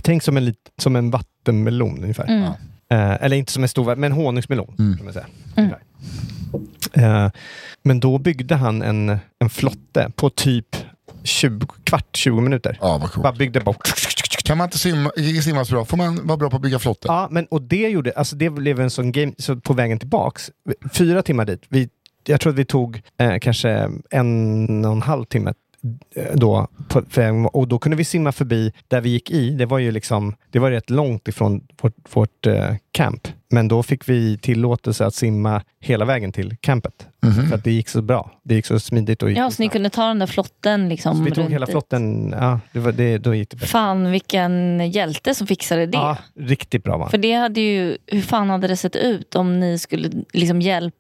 Speaker 3: Tänk som en, lit, som en vatt, vattenmelon ungefär.
Speaker 4: Mm.
Speaker 3: Eh, eller inte som en stor, va- men honungsmelon. Kan man säga.
Speaker 4: Mm.
Speaker 3: Eh, men då byggde han en, en flotte på typ 20, kvart, 20 minuter.
Speaker 2: Ja, vad
Speaker 3: Bara
Speaker 2: coolt.
Speaker 3: byggde bort.
Speaker 2: Kan man inte simma, simma så bra, får man vara bra på att bygga flotte?
Speaker 3: Ja, men och det gjorde, alltså det blev en sån game, så på vägen tillbaks, fyra timmar dit, vi, jag tror att vi tog eh, kanske en och en halv timme eh, då, på, vägen- och då kunde vi simma förbi där vi gick i. Det var ju liksom, det var rätt långt ifrån vårt, vårt eh, camp, men då fick vi tillåtelse att simma hela vägen till campet. För att det gick så bra. Det gick så smidigt. Och gick
Speaker 4: Ja,
Speaker 3: så
Speaker 4: så ni
Speaker 3: snabbt.
Speaker 4: kunde ta den där flotten liksom.
Speaker 3: så vi tog
Speaker 4: runt
Speaker 3: hela
Speaker 4: dit.
Speaker 3: flotten, ja, det var, det, då gick det bra.
Speaker 4: Fan vilken hjälte som fixade det.
Speaker 3: Ja, riktigt bra va?
Speaker 4: För det hade ju, hur fan hade det sett ut om ni skulle liksom hjälpa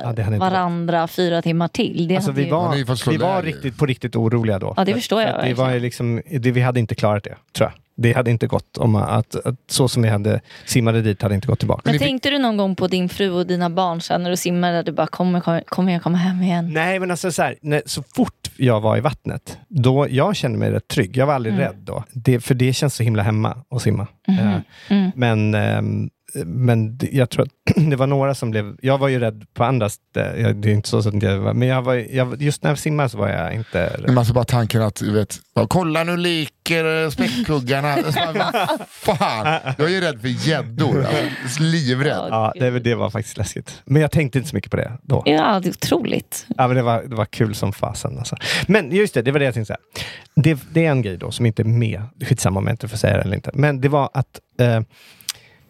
Speaker 3: det hade inte
Speaker 4: varandra fyra timmar till? Det
Speaker 3: Alltså,
Speaker 4: hade
Speaker 3: vi
Speaker 4: ju-
Speaker 2: Man
Speaker 3: var,
Speaker 2: är ju fast
Speaker 3: vi var
Speaker 2: solär ju.
Speaker 3: riktigt, på riktigt oroliga då.
Speaker 4: Ja, det
Speaker 3: För-
Speaker 4: förstår jag
Speaker 3: för att Vi, var ju liksom, det, vi hade inte klarat det, tror jag. Det hade inte gått om att, att så som vi hade simmade dit hade inte gått tillbaka.
Speaker 4: Men tänkte du någon gång på din fru och dina barn sen när du simmade? Du bara, kommer, kommer, kommer jag komma hem igen?
Speaker 3: Nej, men alltså så här, när, så fort jag var i vattnet, då jag kände mig rätt trygg. Jag var
Speaker 4: Mm.
Speaker 3: aldrig rädd då. Det, för det känns så himla hemma att simma.
Speaker 4: Mm-hmm.
Speaker 3: Eh,
Speaker 4: Mm.
Speaker 3: Men, ehm, men det- jag tror att [clears throat] det var några som blev... Jag var ju rädd på andra ställen. Jag- Det är inte så att jag var... Men jag var, jag, just när jag simmade så var jag inte rädd.
Speaker 2: Men alltså bara tanken att, du vet, bara, kolla nu liker
Speaker 3: [laughs]
Speaker 2: späckhuggarna. Alltså, bara, vad fan, jag är ju rädd för gäddor. Alltså, livrädd.
Speaker 3: Ja, det, det var faktiskt läskigt. Men jag tänkte inte så mycket på det då.
Speaker 4: Ja, det är otroligt.
Speaker 3: Ja, men det, var, det var kul som fasen. Alltså. Men just det, det var det jag tänkte säga. Det, det är en grej då som inte är med. Skitsamma om jag inte får säga det eller inte. Men det var att eh,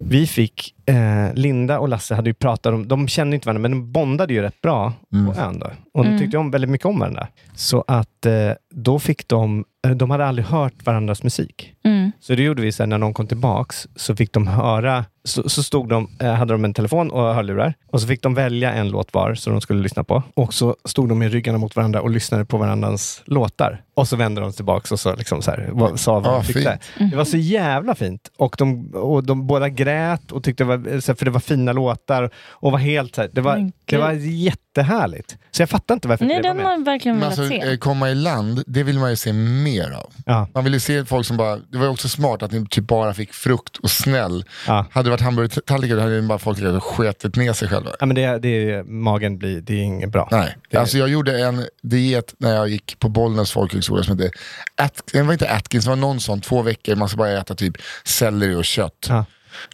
Speaker 3: vi fick, eh, Linda och Lasse hade ju pratat om, de kände inte varandra, men de bondade ju rätt bra på ön. Då. Och de tyckte om, väldigt mycket om varandra. Så att eh, då fick de, eh, de hade aldrig hört varandras musik.
Speaker 4: Mm.
Speaker 3: Så det gjorde vi sen när de kom tillbaks, så fick de höra, så, så stod de, eh, hade de en telefon och hörlurar och så fick de välja en låt var som de skulle lyssna på. Och så stod de med ryggarna mot varandra och lyssnade på varandras låtar. Och så vände de sig tillbaks och så liksom så här, vad, sa vad
Speaker 2: Ja,
Speaker 3: de tyckte. Det var så jävla fint. Och de, och de båda grät, och tyckte det var, eh, så här, för det var fina låtar. Och var helt så här, det, var,
Speaker 4: Men
Speaker 3: det
Speaker 4: gud.
Speaker 3: var jättehärligt. Så jag fattar inte varför
Speaker 4: Nej,
Speaker 3: inte det var
Speaker 4: den har
Speaker 3: med.
Speaker 4: jag verkligen
Speaker 2: Men
Speaker 4: velat
Speaker 2: alltså,
Speaker 4: se.
Speaker 2: eh, komma i land, det vill man ju se mer av.
Speaker 3: Ja.
Speaker 2: Man vill ju se folk som bara, det var ju också smart att ni typ bara fick frukt och snäll.
Speaker 3: Ja.
Speaker 2: Hade det varit hamburgertallrikar då hade ju bara folk legat och sketit ner sig själva.
Speaker 3: Ja, men det, det, magen blir, det är inget bra.
Speaker 2: Nej,
Speaker 3: Det-
Speaker 2: alltså jag gjorde en diet när jag gick på Bollnäs folkhögskola som hette, At- den var inte Atkins, det var någon sån, två veckor, man ska bara äta typ selleri och kött.
Speaker 3: Ja.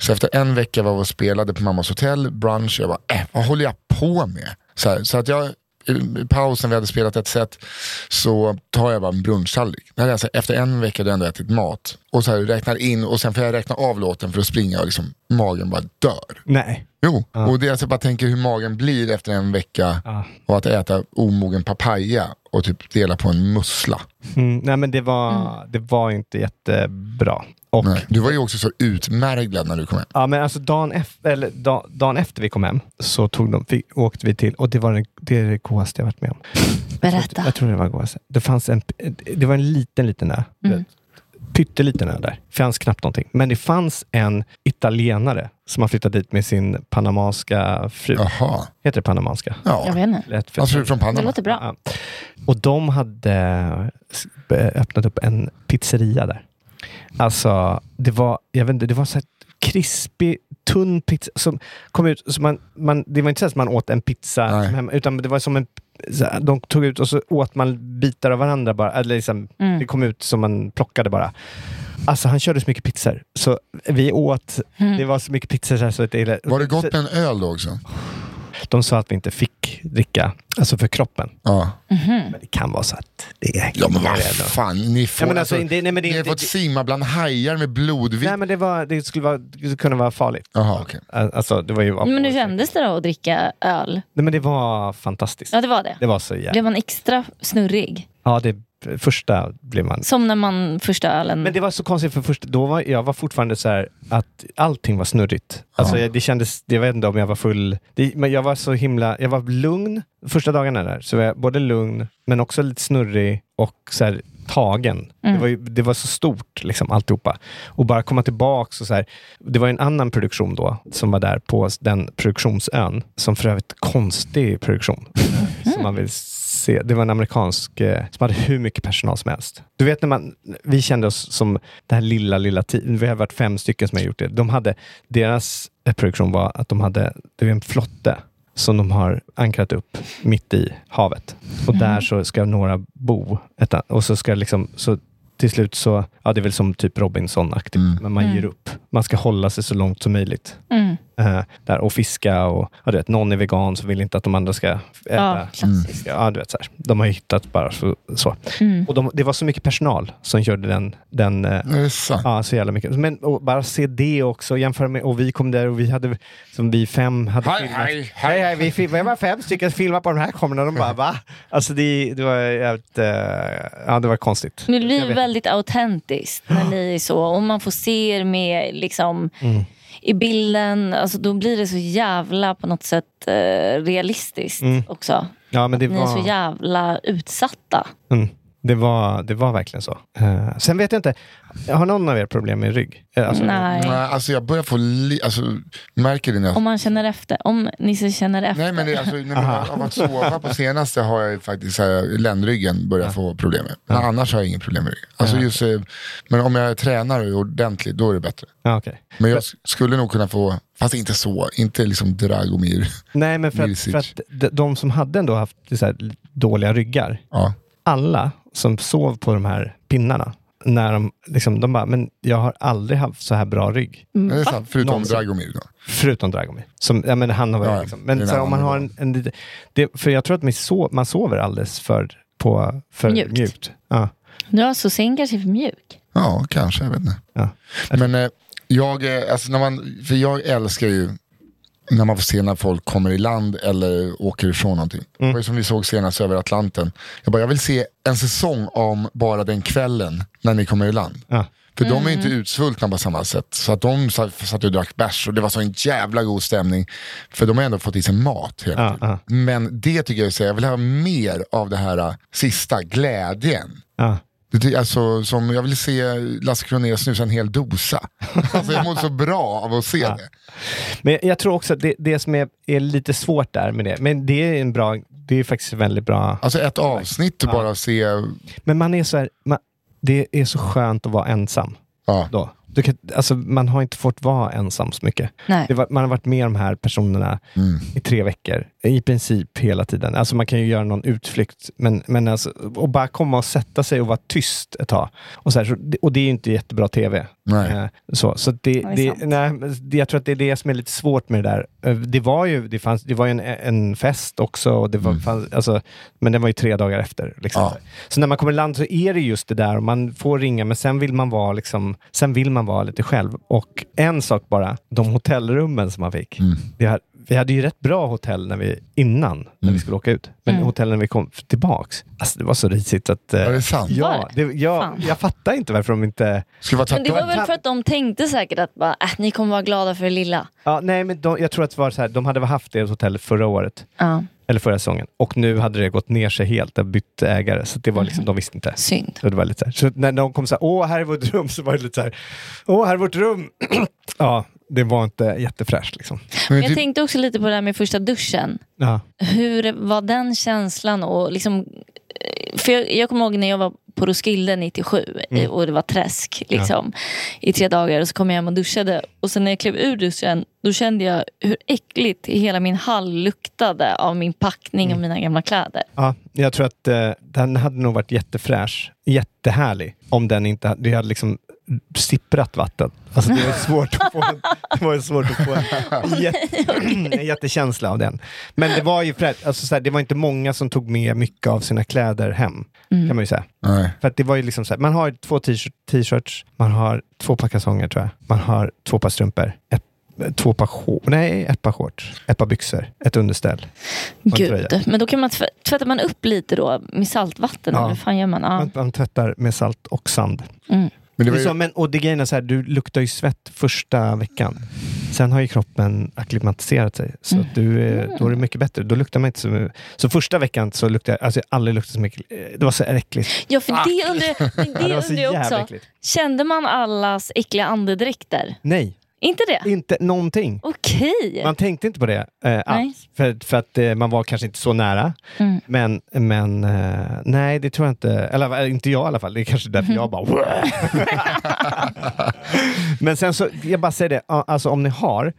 Speaker 2: Så efter en vecka var jag och spelade på mammas hotell, brunch, jag bara, äh, vad håller jag på med? Så, här, så att jag, i pausen vi hade spelat ett set, så tar jag bara en brunchtallrik. Det här är Alltså, efter en vecka hade jag ändå ätit mat. Och så här, räknar in, och sen får jag räkna av låten för att springa och liksom, magen bara dör.
Speaker 3: Nej.
Speaker 2: Jo, och det är alltså jag bara tänker hur magen blir efter en vecka och att äta omogen papaya och typ dela på en mussla.
Speaker 3: Mm, nej, men det var, det var inte jättebra. Och,
Speaker 2: Nej. Du var ju också så utmärglad när du kom hem.
Speaker 3: ja, men alltså dagen, efter, eller dag, dagen efter vi kom hem så tog de, fick, åkte vi till, och det var det, det, är det godaste jag varit med om.
Speaker 4: Berätta.
Speaker 3: Jag tror det var godaste. Det, fanns en, det var en liten, liten ö. Mm. Pytteliten ö där. Fanns knappt någonting. Men det fanns en italienare som har flyttat dit med sin panamanska fru.
Speaker 2: Jaha,
Speaker 3: Heter det panamanska?
Speaker 4: Jag
Speaker 2: ja.
Speaker 4: vet inte.
Speaker 3: Lätt för-
Speaker 2: Han ser ut från
Speaker 4: Det
Speaker 2: Panama.
Speaker 4: låter bra.
Speaker 3: Ja. Och de hade s- be- öppnat upp en pizzeria där. Alltså, det var, jag vet inte, det var så här krispig, tunn pizza som kom ut. Så man, man, det var inte så att man åt en pizza,
Speaker 2: Nej.
Speaker 3: som hemma, utan det var som en... Så här, de tog ut och så åt man bitar av varandra bara. Eller liksom,
Speaker 4: Mm.
Speaker 3: Det kom ut som man plockade bara. Alltså han körde så mycket pizzor. Så vi åt, det var så mycket pizzor så här, så att det...
Speaker 2: Var det gott med en öl då också?
Speaker 3: De sa att vi inte fick dricka, alltså för kroppen.
Speaker 2: Ja,
Speaker 3: Men det kan vara så att det är...
Speaker 2: ja men vad
Speaker 3: det är ändå-
Speaker 2: fan, ni får,
Speaker 3: Ja, men
Speaker 2: alltså,
Speaker 3: alltså, det- nej, men det-
Speaker 2: ni har
Speaker 3: det-
Speaker 2: fått
Speaker 3: det-
Speaker 2: simma bland hajar med blodvin.
Speaker 3: Nej, men det, var, det skulle vara, det skulle kunna vara farligt.
Speaker 2: Jaha, okej.
Speaker 3: Alltså, det var ju...
Speaker 4: Men hur kändes det då att dricka öl?
Speaker 3: Nej, men det var fantastiskt.
Speaker 4: Ja, det var det.
Speaker 3: Det var så jävla...
Speaker 4: Blev man extra snurrig?
Speaker 3: Ja, det första blev man...
Speaker 4: Som när man första ölen...
Speaker 3: Men det var så konstigt, för först, då var jag var fortfarande så här att allting var snurrigt. Alltså, jag, det kändes, jag vet inte om jag var full, det, men jag var så himla, jag var lugn första dagarna där. Så var jag både lugn, men också lite snurrig och så här, tagen. Det, var, ju- det var så stort, liksom, alltihopa. Och bara komma tillbaka och så här, det var ju en annan produktion då, som var där på den produktionsön, som för övrigt konstig produktion. som man vill se, det var en amerikansk eh, som hade hur mycket personal som helst. Du vet när man, vi kände oss som det här lilla, lilla teamet. Vi har varit fem stycken som har gjort det. De hade, deras eh, produktion var att de hade, det var en flotte som de har ankrat upp mitt i havet. Och
Speaker 4: Mm.
Speaker 3: där så ska några bo. Ett, an- och så ska liksom, så till slut så, ja det är väl som typ Robinson-aktigt, men man
Speaker 4: Mm.
Speaker 3: ger upp. Man ska hålla sig så långt som möjligt.
Speaker 4: Mm.
Speaker 3: Eh, där och fiska och ja, du vet, någon är vegan så vill inte att de andra ska äta.
Speaker 4: Ja, klassiskt.
Speaker 3: Ja, du vet, så här. De har ju hittat bara så. så.
Speaker 4: Mm.
Speaker 3: Och de, det var så mycket personal som gjorde den, den eh,
Speaker 2: Det är sant.
Speaker 3: Ja, så jävla mycket. Men och bara se det också, jämföra med, och vi kom där och vi hade, som vi fem hade
Speaker 2: Hej,
Speaker 3: filmat.
Speaker 2: hej, hej.
Speaker 3: hej, hej, vi film, jag var fem stycken som filmade på de här kamerorna, de bara va? Alltså det, det var jävligt, eh, ja det var konstigt.
Speaker 4: Men det
Speaker 3: Jag
Speaker 4: blir
Speaker 3: vet.
Speaker 4: väldigt autentiskt när ni är så. Och man får se er med liksom, i bilden. Alltså, då blir det så jävla på något sätt eh, realistiskt också.
Speaker 3: Ja, men det
Speaker 4: Ni är så
Speaker 3: var...
Speaker 4: jävla utsatta.
Speaker 3: Mm. Det var, det var verkligen så. Eh, sen vet jag inte, har någon av er problem med rygg? Eh, alltså-
Speaker 4: Nej.
Speaker 2: Nej, alltså jag börjar få, li- alltså, märker det när jag
Speaker 4: Om man känner efter. Om Nisse känner efter.
Speaker 2: Nej men det, är alltså, när man, av att sova på senaste har jag ju faktiskt så här, ländryggen börjar få problem med. Men annars har jag inget problem med ryggen. Alltså, just, eh, men om jag tränar ordentligt då är det bättre.
Speaker 3: Ja, okej.
Speaker 2: Men jag s- skulle nog kunna få, fast inte så, inte liksom Dragomir.
Speaker 3: Nej, men för att,
Speaker 2: Milicic.
Speaker 3: för att de, de som hade ändå haft så här, dåliga ryggar,
Speaker 2: Ja.
Speaker 3: alla som sov på de här pinnarna, när de, liksom, de bara, men jag har aldrig haft så här bra rygg.
Speaker 2: Det är sant, förutom
Speaker 3: Någonsin.
Speaker 2: Dragomir. Då.
Speaker 3: Förutom Dragomir. Som, ja, men han har varit,
Speaker 2: Ja, ja.
Speaker 3: liksom.
Speaker 2: Det
Speaker 3: Men
Speaker 2: är
Speaker 3: så här,
Speaker 2: en
Speaker 3: om man
Speaker 2: annan
Speaker 3: har en,
Speaker 2: nivå.
Speaker 3: en lite, det, För jag tror att man, so, man sover alldeles för, på, för
Speaker 4: Mjukt.
Speaker 3: mjukt. Ja.
Speaker 4: Du har så sen kanske är för mjuk.
Speaker 2: Ja, kanske. Jag vet inte.
Speaker 3: Ja.
Speaker 2: Men eh, jag, eh, alltså, när man, för jag älskar ju när man får se när folk kommer i land eller åker ifrån någonting. Det
Speaker 3: Mm.
Speaker 2: var ju som vi såg senast över Atlanten. Jag bara, jag vill se en säsong om bara den kvällen när ni kommer i land.
Speaker 3: Ja.
Speaker 2: För de är inte utsvultna på samma sätt. Så att de satt, satt och drack bärs och det var så en jävla god stämning. För de har ändå fått i sig mat hela
Speaker 3: Ja,
Speaker 2: tiden. Men det tycker jag är så, jag vill ha mer av det här eh, sista, glädjen.
Speaker 3: Ja.
Speaker 2: Det ty- Alltså, som jag vill se Lasse Kronér snusa en hel
Speaker 3: [laughs]
Speaker 2: dosa. Alltså, jag mår så bra av att se det.
Speaker 3: Men jag, jag tror också att det, det som är, är lite svårt där med det, men det är en bra, det är faktiskt en väldigt bra
Speaker 2: Alltså ett avsnitt och bara se...
Speaker 3: Men man är så här, man, det är så skönt att vara ensam.
Speaker 2: Ja.
Speaker 3: Då. Du kan, alltså, man har inte fått vara ensam så mycket.
Speaker 4: Nej.
Speaker 3: Det var, man har varit med de här personerna i tre veckor, i princip hela tiden. Alltså, man kan ju göra någon utflykt, men, men alltså, och bara komma och sätta sig och vara tyst ett tag. Och, så här, så, och det är ju inte jättebra tv.
Speaker 2: Nej.
Speaker 3: Eh, Så, så det,
Speaker 4: är
Speaker 3: det,
Speaker 4: sant.
Speaker 3: nej, men det, jag tror att det är det som är lite svårt med det där. Eh, Det var ju, det fanns, det var ju en, en fest också, och det var, fanns, alltså, men den var ju tre dagar efter. Liksom.
Speaker 2: Mm. Ja.
Speaker 3: Så när man kommer i land så är det just det där, och man får ringa, men sen vill man vara, liksom, sen vill man vara lite själv. Och en sak bara, de hotellrummen som man fick.
Speaker 2: Mm.
Speaker 3: Det här, vi hade ju rätt bra hotell när vi, innan, när
Speaker 2: Mm.
Speaker 3: vi skulle åka ut. Men hotellen när vi kom tillbaks, alltså det var så risigt att... eh,
Speaker 2: Är det sant?
Speaker 3: Ja, det, jag,
Speaker 4: Fan.
Speaker 3: jag fattar inte varför de inte...
Speaker 2: Skulle vara
Speaker 4: Men det var
Speaker 2: tvärtom.
Speaker 4: väl för att de tänkte säkert att bara, äh, ni kommer vara glada för det lilla.
Speaker 3: Ja, nej, men de, jag tror att det var så här, de hade haft det hotellet förra året,
Speaker 4: Ja,
Speaker 3: eller förra säsongen, och nu hade det gått ner sig helt, det hade bytt ägare, så det var liksom, de visste inte.
Speaker 4: synd.
Speaker 3: Så, det var lite så, här. så när de kom så här, åh, här är vårt rum, så var det lite så här, åh, här är vårt rum. [clears throat] ja, det var inte jättefräscht liksom.
Speaker 2: Men typ-
Speaker 4: Men jag
Speaker 2: det-
Speaker 4: tänkte också lite på det här med första duschen.
Speaker 3: Ja,
Speaker 4: Hur var den känslan? Och liksom, eh, för jag, jag kommer ihåg när jag var på Roskilde 97
Speaker 3: Mm.
Speaker 4: eh, och det var träsk liksom, i tre dagar. Och så kom jag hem och duschade. Och sen när jag klev ur duschen då kände jag hur äckligt hela min hall luktade av min packning
Speaker 3: Mm.
Speaker 4: och mina gamla kläder.
Speaker 3: ja, jag tror att eh, den hade nog varit jättefräsch, jättehärlig, om den inte hade, det hade liksom sipprat vatten. Alltså det var svårt att få, en, det var svårt att få en, jätte, en jättekänsla av den. Men det var ju fräscht, alltså så här, det var inte många som tog med mycket av sina kläder hem, kan man ju säga.
Speaker 2: Nej.
Speaker 3: För att det var ju liksom så här, man har två t-shirt- t-shirts, man har två par kalsonger tror jag, man har två par strumpor, ett, två par shorts, nej ett par shorts, ett par byxor, ett underställ. och en tröja.
Speaker 4: Gud. Men då kan man tv- tvättar man upp lite då med saltvatten.
Speaker 3: Ja.
Speaker 4: Eller hur fan gör man? Ja.
Speaker 3: Man, man tvättar med salt och sand.
Speaker 2: Men det var
Speaker 3: Det är så,
Speaker 2: ju,
Speaker 3: men, och det grejen är så här, du luktar ju svett första veckan. Sen har ju kroppen akklimatiserat sig. Så att du, eh, då är det mycket bättre. Då luktar man inte så Så första veckan så luktade jag, alltså jag har aldrig luktat så mycket. eh, Det var så äckligt.
Speaker 4: Ja, för
Speaker 3: [laughs]
Speaker 4: det undrar, men det
Speaker 3: det var så
Speaker 4: undrar jag
Speaker 3: jävla
Speaker 4: också.
Speaker 3: äckligt.
Speaker 4: Kände man allas äckliga andedräkter?
Speaker 3: Nej.
Speaker 4: Inte det?
Speaker 3: Inte någonting.
Speaker 4: Okej.
Speaker 3: Man tänkte inte på det eh,
Speaker 4: Nej.
Speaker 3: alls. För, för att eh, man var kanske inte så nära.
Speaker 4: Mm.
Speaker 3: Men, men eh, nej, det tror jag inte. Eller eh, inte jag i alla fall. Det är kanske därför jag
Speaker 4: Mm.
Speaker 3: bara... [laughs] men sen så, jag bara säger det. ja, Alltså om ni har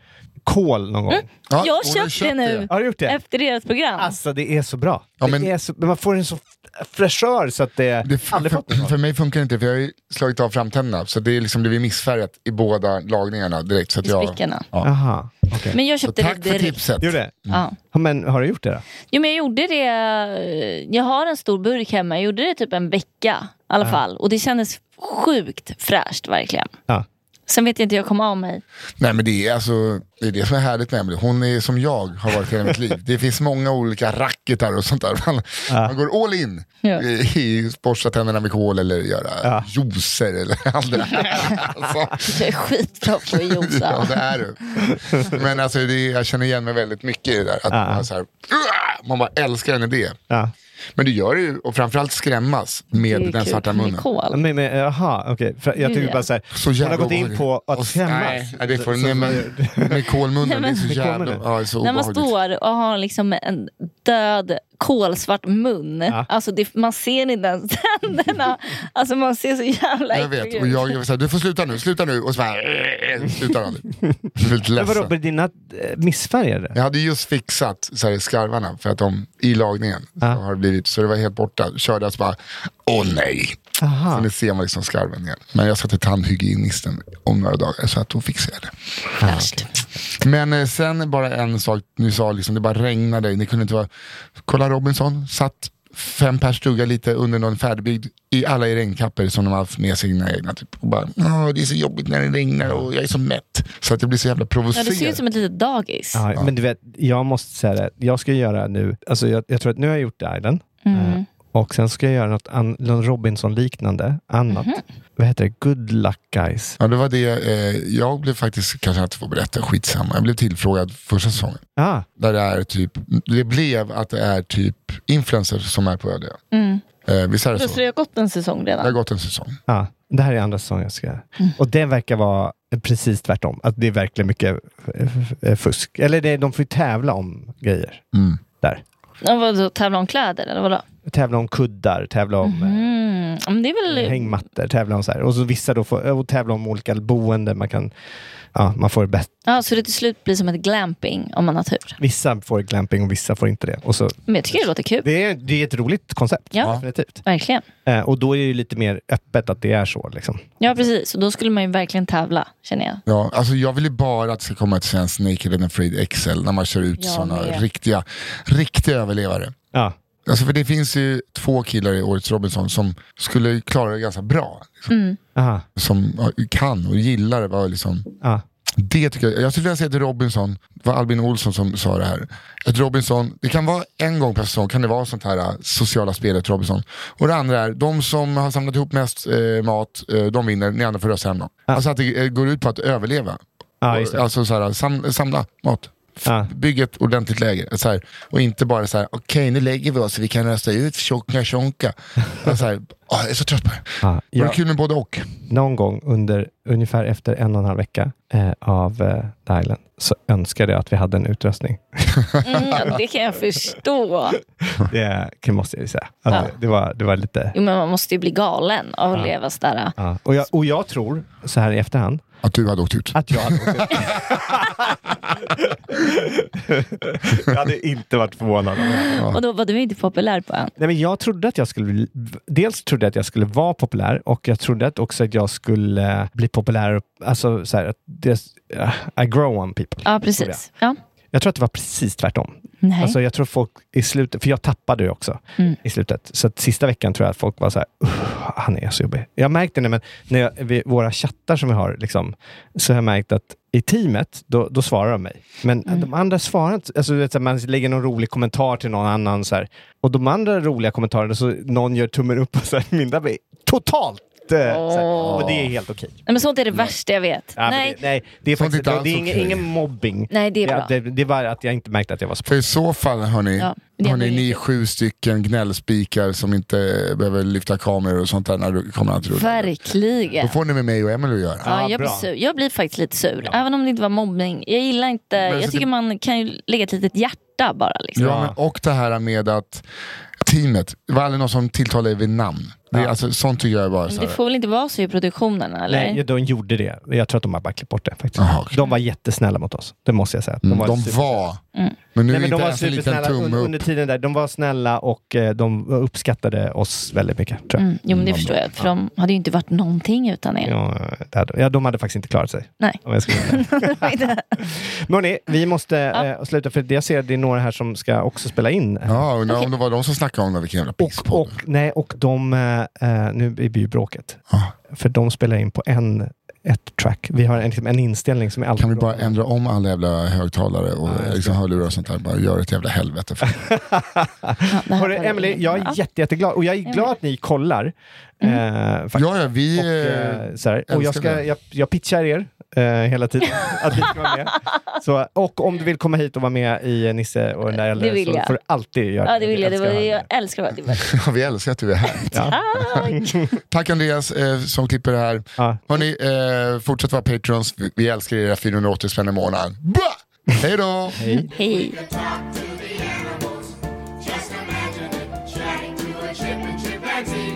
Speaker 3: kol någon gång.
Speaker 4: jag har köpt, det nu.
Speaker 3: Har du gjort det?
Speaker 4: Efter deras program.
Speaker 3: Alltså det är så bra.
Speaker 2: Ja, men-
Speaker 3: det är så, men man får en så f- fräschör så att det...
Speaker 2: Det för,
Speaker 3: Aldrig fått det
Speaker 2: för,
Speaker 3: förut.
Speaker 2: för mig funkar det inte, för jag har ju slagit av framtänderna. Så det är liksom blivit missfärgat i båda lagningarna direkt. Så att
Speaker 4: I
Speaker 2: jag,
Speaker 4: sprickorna.
Speaker 2: ja.
Speaker 3: Aha, okej.
Speaker 4: Men jag
Speaker 2: så
Speaker 4: köpte
Speaker 2: tack
Speaker 4: det
Speaker 2: för Mm.
Speaker 4: direkt.
Speaker 2: tipset.
Speaker 3: Gjorde det?
Speaker 4: Ja.
Speaker 3: Ja, Men har du gjort det då?
Speaker 4: Jo men jag gjorde det, eh, jag har en stor burk hemma, jag gjorde det typ en vecka i alla fall. Och det kändes sjukt fräscht verkligen.
Speaker 3: Ja.
Speaker 4: Sen vet jag inte hur jag kom av mig.
Speaker 2: Nej, men det, är alltså, det är det som är härligt med Emelie. Hon är som jag har varit hela mitt liv. Det finns många olika racketar och sånt där. Man, man går all in
Speaker 4: Ja.
Speaker 2: i, i borsta tänderna med kol eller göra juicer eller [laughs] allt det där. alltså,
Speaker 4: Jag är
Speaker 2: [laughs]
Speaker 4: skitbra på att
Speaker 2: Ja,
Speaker 4: josa.
Speaker 2: det är du. Men alltså, det, jag känner igen mig väldigt mycket i det där. Att man, så här, "Uah!" man bara älskar en idé.
Speaker 3: Ja.
Speaker 2: Men du gör det ju, och framförallt skrämmas med
Speaker 4: Det
Speaker 2: den
Speaker 4: är kul
Speaker 2: svarta
Speaker 4: med
Speaker 2: munnen. Mm.
Speaker 4: kol.
Speaker 3: Men, men, jaha, okej. För Jag tycker
Speaker 4: Ja.
Speaker 3: bara så här,
Speaker 2: Så
Speaker 3: hon
Speaker 2: jävla
Speaker 3: har gått in
Speaker 2: obehagligt.
Speaker 3: på
Speaker 2: Och
Speaker 3: att
Speaker 2: s-
Speaker 3: skämmas.
Speaker 2: Nej, det får, nej, men, med
Speaker 4: [laughs]
Speaker 2: kolmunnen, det är så
Speaker 3: Med
Speaker 2: jävla
Speaker 3: kolmunnen.
Speaker 2: ja, det är så
Speaker 4: När man
Speaker 2: obehagligt.
Speaker 4: står och har liksom en död kolsvart mun. Alltså det, man ser inte ens [laughs] tänderna. Alltså man ser så jävla
Speaker 2: Jag vet,
Speaker 4: äcklig
Speaker 2: och
Speaker 4: ut.
Speaker 2: jag, jag så här, du får sluta nu, sluta nu. Och så bara, "Eh", [laughs] slutar
Speaker 4: [laughs]
Speaker 2: han. Jag blir lite
Speaker 3: Men vadå,
Speaker 2: ledsen.
Speaker 3: blir dina eh, missfärgade?
Speaker 2: Jag hade just fixat så här, skarvarna för att de, i lagningen så
Speaker 3: Ja.
Speaker 2: har det blivit, så det var helt borta. Körde jag så bara, åh nej. Så
Speaker 3: Aha.
Speaker 2: nu ser man liksom skarven igen. Men jag ska till tandhygienisten om några dagar så att hon fixar jag det.
Speaker 4: Fräscht.
Speaker 2: Men eh, sen bara en sak, ni sa liksom det bara regnade, ni kunde inte vara... Kolla Robinson, satt fem pers stugga lite under någon färdbygd i alla i regnkappor som de har haft med sina egna. Typ. Och bara, Åh, det är så jobbigt när det regnar och jag är så mätt. Så att jag blir så jävla
Speaker 4: Ja,
Speaker 2: provocerad.
Speaker 4: det ser ut som ett litet dagis.
Speaker 3: Ja, Men du vet, jag måste säga det. Jag ska göra nu, alltså jag, jag tror att nu har jag gjort The Island. Eh, Och sen ska jag göra något an, någon Robinson-liknande annat. Vad heter det? Good luck guys.
Speaker 2: Ja, det var det. Eh, jag blev faktiskt, kanske jag inte får berätta, skitsamma. Jag blev tillfrågad första säsongen.
Speaker 3: Ah,
Speaker 2: Där det är typ, det blev att det är typ influencers som är på öde ö.
Speaker 4: Mm.
Speaker 2: eh, Visst är det
Speaker 4: Så
Speaker 2: så?
Speaker 4: det har gått en säsong
Speaker 2: Det har
Speaker 4: redan.
Speaker 2: gått en säsong.
Speaker 3: ah, det här är andra säsongen jag ska göra. Och det verkar vara precis tvärtom. Att det är verkligen mycket eh, eh, fusk. Eller det, de får ju tävla om grejer.
Speaker 2: Mm.
Speaker 3: Där.
Speaker 4: Ja, Vadå, tävla om kläder eller vadå?
Speaker 3: Tävla om kuddar, tävla om eh,
Speaker 4: Mm, men det är väl...
Speaker 3: hängmattor, tävla om så här. Och så vissa då får, och tävla om olika boende. Man kan, ja, man får bäst,
Speaker 4: Ja, så det till slut blir som ett glamping om man har tur.
Speaker 3: vissa får glamping och vissa får inte det. Och så,
Speaker 4: Men jag tycker det låter kul.
Speaker 3: det, är, det är ett roligt koncept,
Speaker 4: Ja.
Speaker 3: definitivt.
Speaker 4: Verkligen.
Speaker 3: Eh, och då är det ju lite mer öppet att det är så. Liksom.
Speaker 4: Ja, precis. Och då skulle man ju verkligen tävla, känner jag.
Speaker 2: Ja, alltså jag vill ju bara att det ska komma ett svenskt Naked and Afraid XL när man kör ut
Speaker 4: Jag
Speaker 2: sådana
Speaker 4: med.
Speaker 2: riktiga, riktiga överlevare.
Speaker 3: Ja.
Speaker 2: Alltså för det finns ju två killar i årets Robinson som skulle klara det ganska bra. Liksom,
Speaker 3: Aha.
Speaker 2: Som ja, kan och gillar det. Var liksom,
Speaker 3: Ja.
Speaker 2: det tycker jag, jag skulle vilja säga till Robinson, det var Albin Olsson som sa det här. Att Robinson, det kan vara en gång per säsong kan det vara sånt här äh, sociala spelet Robinson. Och det andra är, de som har samlat ihop mest eh, mat, eh, de vinner, ni andra får rösta hem dem. Alltså att det eh, går ut på att överleva.
Speaker 3: Ja,
Speaker 2: Och-
Speaker 3: just det.
Speaker 2: Alltså så här, sam, samla mat. F-
Speaker 3: Ja.
Speaker 2: Bygg ett ordentligt läger. Så här, och inte bara så här, okej nu lägger vi oss så vi kan rösta ut tjonka
Speaker 3: [laughs]
Speaker 2: tjonka. Och så här, "Ah, jag är så trött på det.
Speaker 3: Ja.
Speaker 2: Det var
Speaker 3: Jag,
Speaker 2: kul med både och.
Speaker 3: någon gång under ungefär efter en och en halv vecka eh, av eh, The Island så önskade jag att vi hade en [laughs] utröstning.
Speaker 4: Mm, det kan jag [laughs] förstå.
Speaker 3: Det kan- måste jag ju säga. Att det, det, var, det var lite...
Speaker 4: Jo, men man måste ju bli galen av att leva sådär.
Speaker 3: Ja. Och, jag, och jag tror, så här i efterhand,
Speaker 2: Att du hade åkt ut.
Speaker 3: Att jag hade åkt ut. [laughs] Jag hade inte varit förvånad.
Speaker 4: Och då var du inte populär på en.
Speaker 3: Nej, men jag trodde att jag skulle... bli- Dels trodde jag att jag skulle vara populär och jag trodde att också att jag skulle eh, bli populär. Alltså, så här, att det, eh, I grow on people.
Speaker 4: Ja,
Speaker 3: Tror jag.
Speaker 4: precis. Ja.
Speaker 3: Jag tror att det var precis tvärtom.
Speaker 4: Nej. Mm.
Speaker 3: Alltså, jag tror folk i slutet, för jag tappade ju också i slutet. Så att sista veckan tror jag att folk var så här, "Uff, han är så jobbig. Jag märkte det, men när jag, vid våra chattar som vi har, liksom, så har jag märkt att i teamet, då, då svarar de mig. Men
Speaker 4: Mm.
Speaker 3: de andra svarar inte. Alltså, du vet, så här, man lägger någon rolig kommentar till någon annan. Så här. Och de andra roliga kommentarerna, så någon gör tummen upp och så här, min där blir totalt inte. Så här, Och det är helt okej.
Speaker 4: Nej, men sånt är det värsta jag vet.
Speaker 3: Ja, men
Speaker 4: nej.
Speaker 3: Det, nej, det är,
Speaker 2: Sånt
Speaker 3: faktiskt,
Speaker 2: inte
Speaker 3: det,
Speaker 2: alls
Speaker 3: det är ingen,
Speaker 2: okej.
Speaker 3: ingen mobbing.
Speaker 4: Nej, det är bra.
Speaker 3: det, det var att jag inte märkte att jag var
Speaker 2: För
Speaker 3: sport.
Speaker 2: i så fall hörni,
Speaker 4: Ja, det är
Speaker 2: hörni
Speaker 4: ändå
Speaker 2: ni är
Speaker 4: riktigt.
Speaker 2: sju stycken gnällspikar som inte behöver lyfta kameror och sånt där när du kommer att rulla. Då
Speaker 4: Verkligen.
Speaker 2: får ni med mig och Emelie att göra.
Speaker 4: Ja,
Speaker 3: Ja,
Speaker 4: jag, blir
Speaker 3: bra.
Speaker 4: sur. jag blir faktiskt lite sur, även om det inte var mobbning. Jag gillar inte,
Speaker 2: Men
Speaker 3: typ-
Speaker 2: så
Speaker 4: jag tycker
Speaker 2: det-
Speaker 4: man kan ju lägga ett litet hjärta bara. Liksom.
Speaker 2: Ja, men, och det här med att teamet, det var aldrig någon som tilltalade er vid namn. Det, är- alltså, sånt tycker jag är bara
Speaker 4: Men
Speaker 2: så
Speaker 4: Det
Speaker 2: här.
Speaker 4: får väl inte vara så i produktionen eller?
Speaker 3: Nej, de gjorde det. Jag tror att de har bara klippt bort det faktiskt.
Speaker 2: Jaha, okej.
Speaker 3: De var jättesnälla mot oss, det måste jag säga.
Speaker 2: Mm, de
Speaker 3: super-
Speaker 2: var,
Speaker 4: Mm.
Speaker 2: men nu
Speaker 3: Nej,
Speaker 2: är det
Speaker 3: men de
Speaker 2: inte
Speaker 3: var
Speaker 2: ens en liten
Speaker 3: supersnälla
Speaker 2: tumme
Speaker 3: under,
Speaker 2: upp.
Speaker 3: under tiden där. De var snälla och eh, de uppskattade oss väldigt mycket, tror jag.
Speaker 4: Mm, jo men det förstår jag, för de hade ju inte varit någonting utan er.
Speaker 3: Ja, det hade, ja, de hade faktiskt inte klarat sig.
Speaker 4: Nej.
Speaker 3: Om [laughs] jag ska
Speaker 2: [laughs]
Speaker 3: vara ärlig. Men hörni, vi måste eh, sluta för jag ser att det är några här som ska också spela in.
Speaker 2: Ja, undrar om det var de som snackade om det, vilken jävla pisspodd.
Speaker 3: Och, och, nej, och de, eh, eh, nu blir det ju bråket. För de spelar in på en, ett track. Vi har en, liksom en inställning som är alltid
Speaker 2: Kan vi
Speaker 3: bra.
Speaker 2: bara ändra om alla jävla högtalare och
Speaker 3: Ja, jag
Speaker 2: liksom hörlurar och sånt där. Bara gör ett jävla helvete.
Speaker 3: [laughs]
Speaker 2: För.
Speaker 4: Ja, det här
Speaker 3: Hörru,
Speaker 4: var det
Speaker 3: Emily,
Speaker 4: inget.
Speaker 3: jag är
Speaker 4: Ja.
Speaker 3: jätte, jätteglad. Och jag är glad att ni kollar. Eh,
Speaker 4: Mm.
Speaker 3: faktiskt.
Speaker 2: ja, ja, vi...
Speaker 3: Och,
Speaker 2: eh,
Speaker 3: eh, så här, och jag,
Speaker 2: älskar
Speaker 3: ska,
Speaker 2: det.
Speaker 3: jag, jag pitchar er eh, hela tiden [laughs] att ni ska vara med. Så, och om du vill komma hit och vara med i Nisse och den där
Speaker 4: Det
Speaker 3: äldre
Speaker 4: vill
Speaker 3: så
Speaker 4: jag.
Speaker 3: får du alltid göra
Speaker 4: Ja det vill jag, det var,
Speaker 3: älskar
Speaker 4: jag
Speaker 3: att
Speaker 4: älskar att vara
Speaker 2: [laughs] Ja, vi älskar att du är här.
Speaker 3: ha dig. [laughs]
Speaker 2: [laughs] Tack Andreas eh, som klipper det här.
Speaker 3: Ja.
Speaker 2: Hörni, eh, fortsätt vara patrons. Vi, vi älskar era 480 spänn i månaden. Bah! Hej då!
Speaker 4: Hej.
Speaker 1: Talk to the animals. Just imagine it. Chatting to a chip and chimpanzee.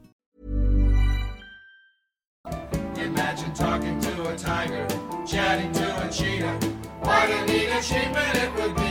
Speaker 1: Imagine talking to a tiger, chatting to a cheetah. What a neat achievement it would be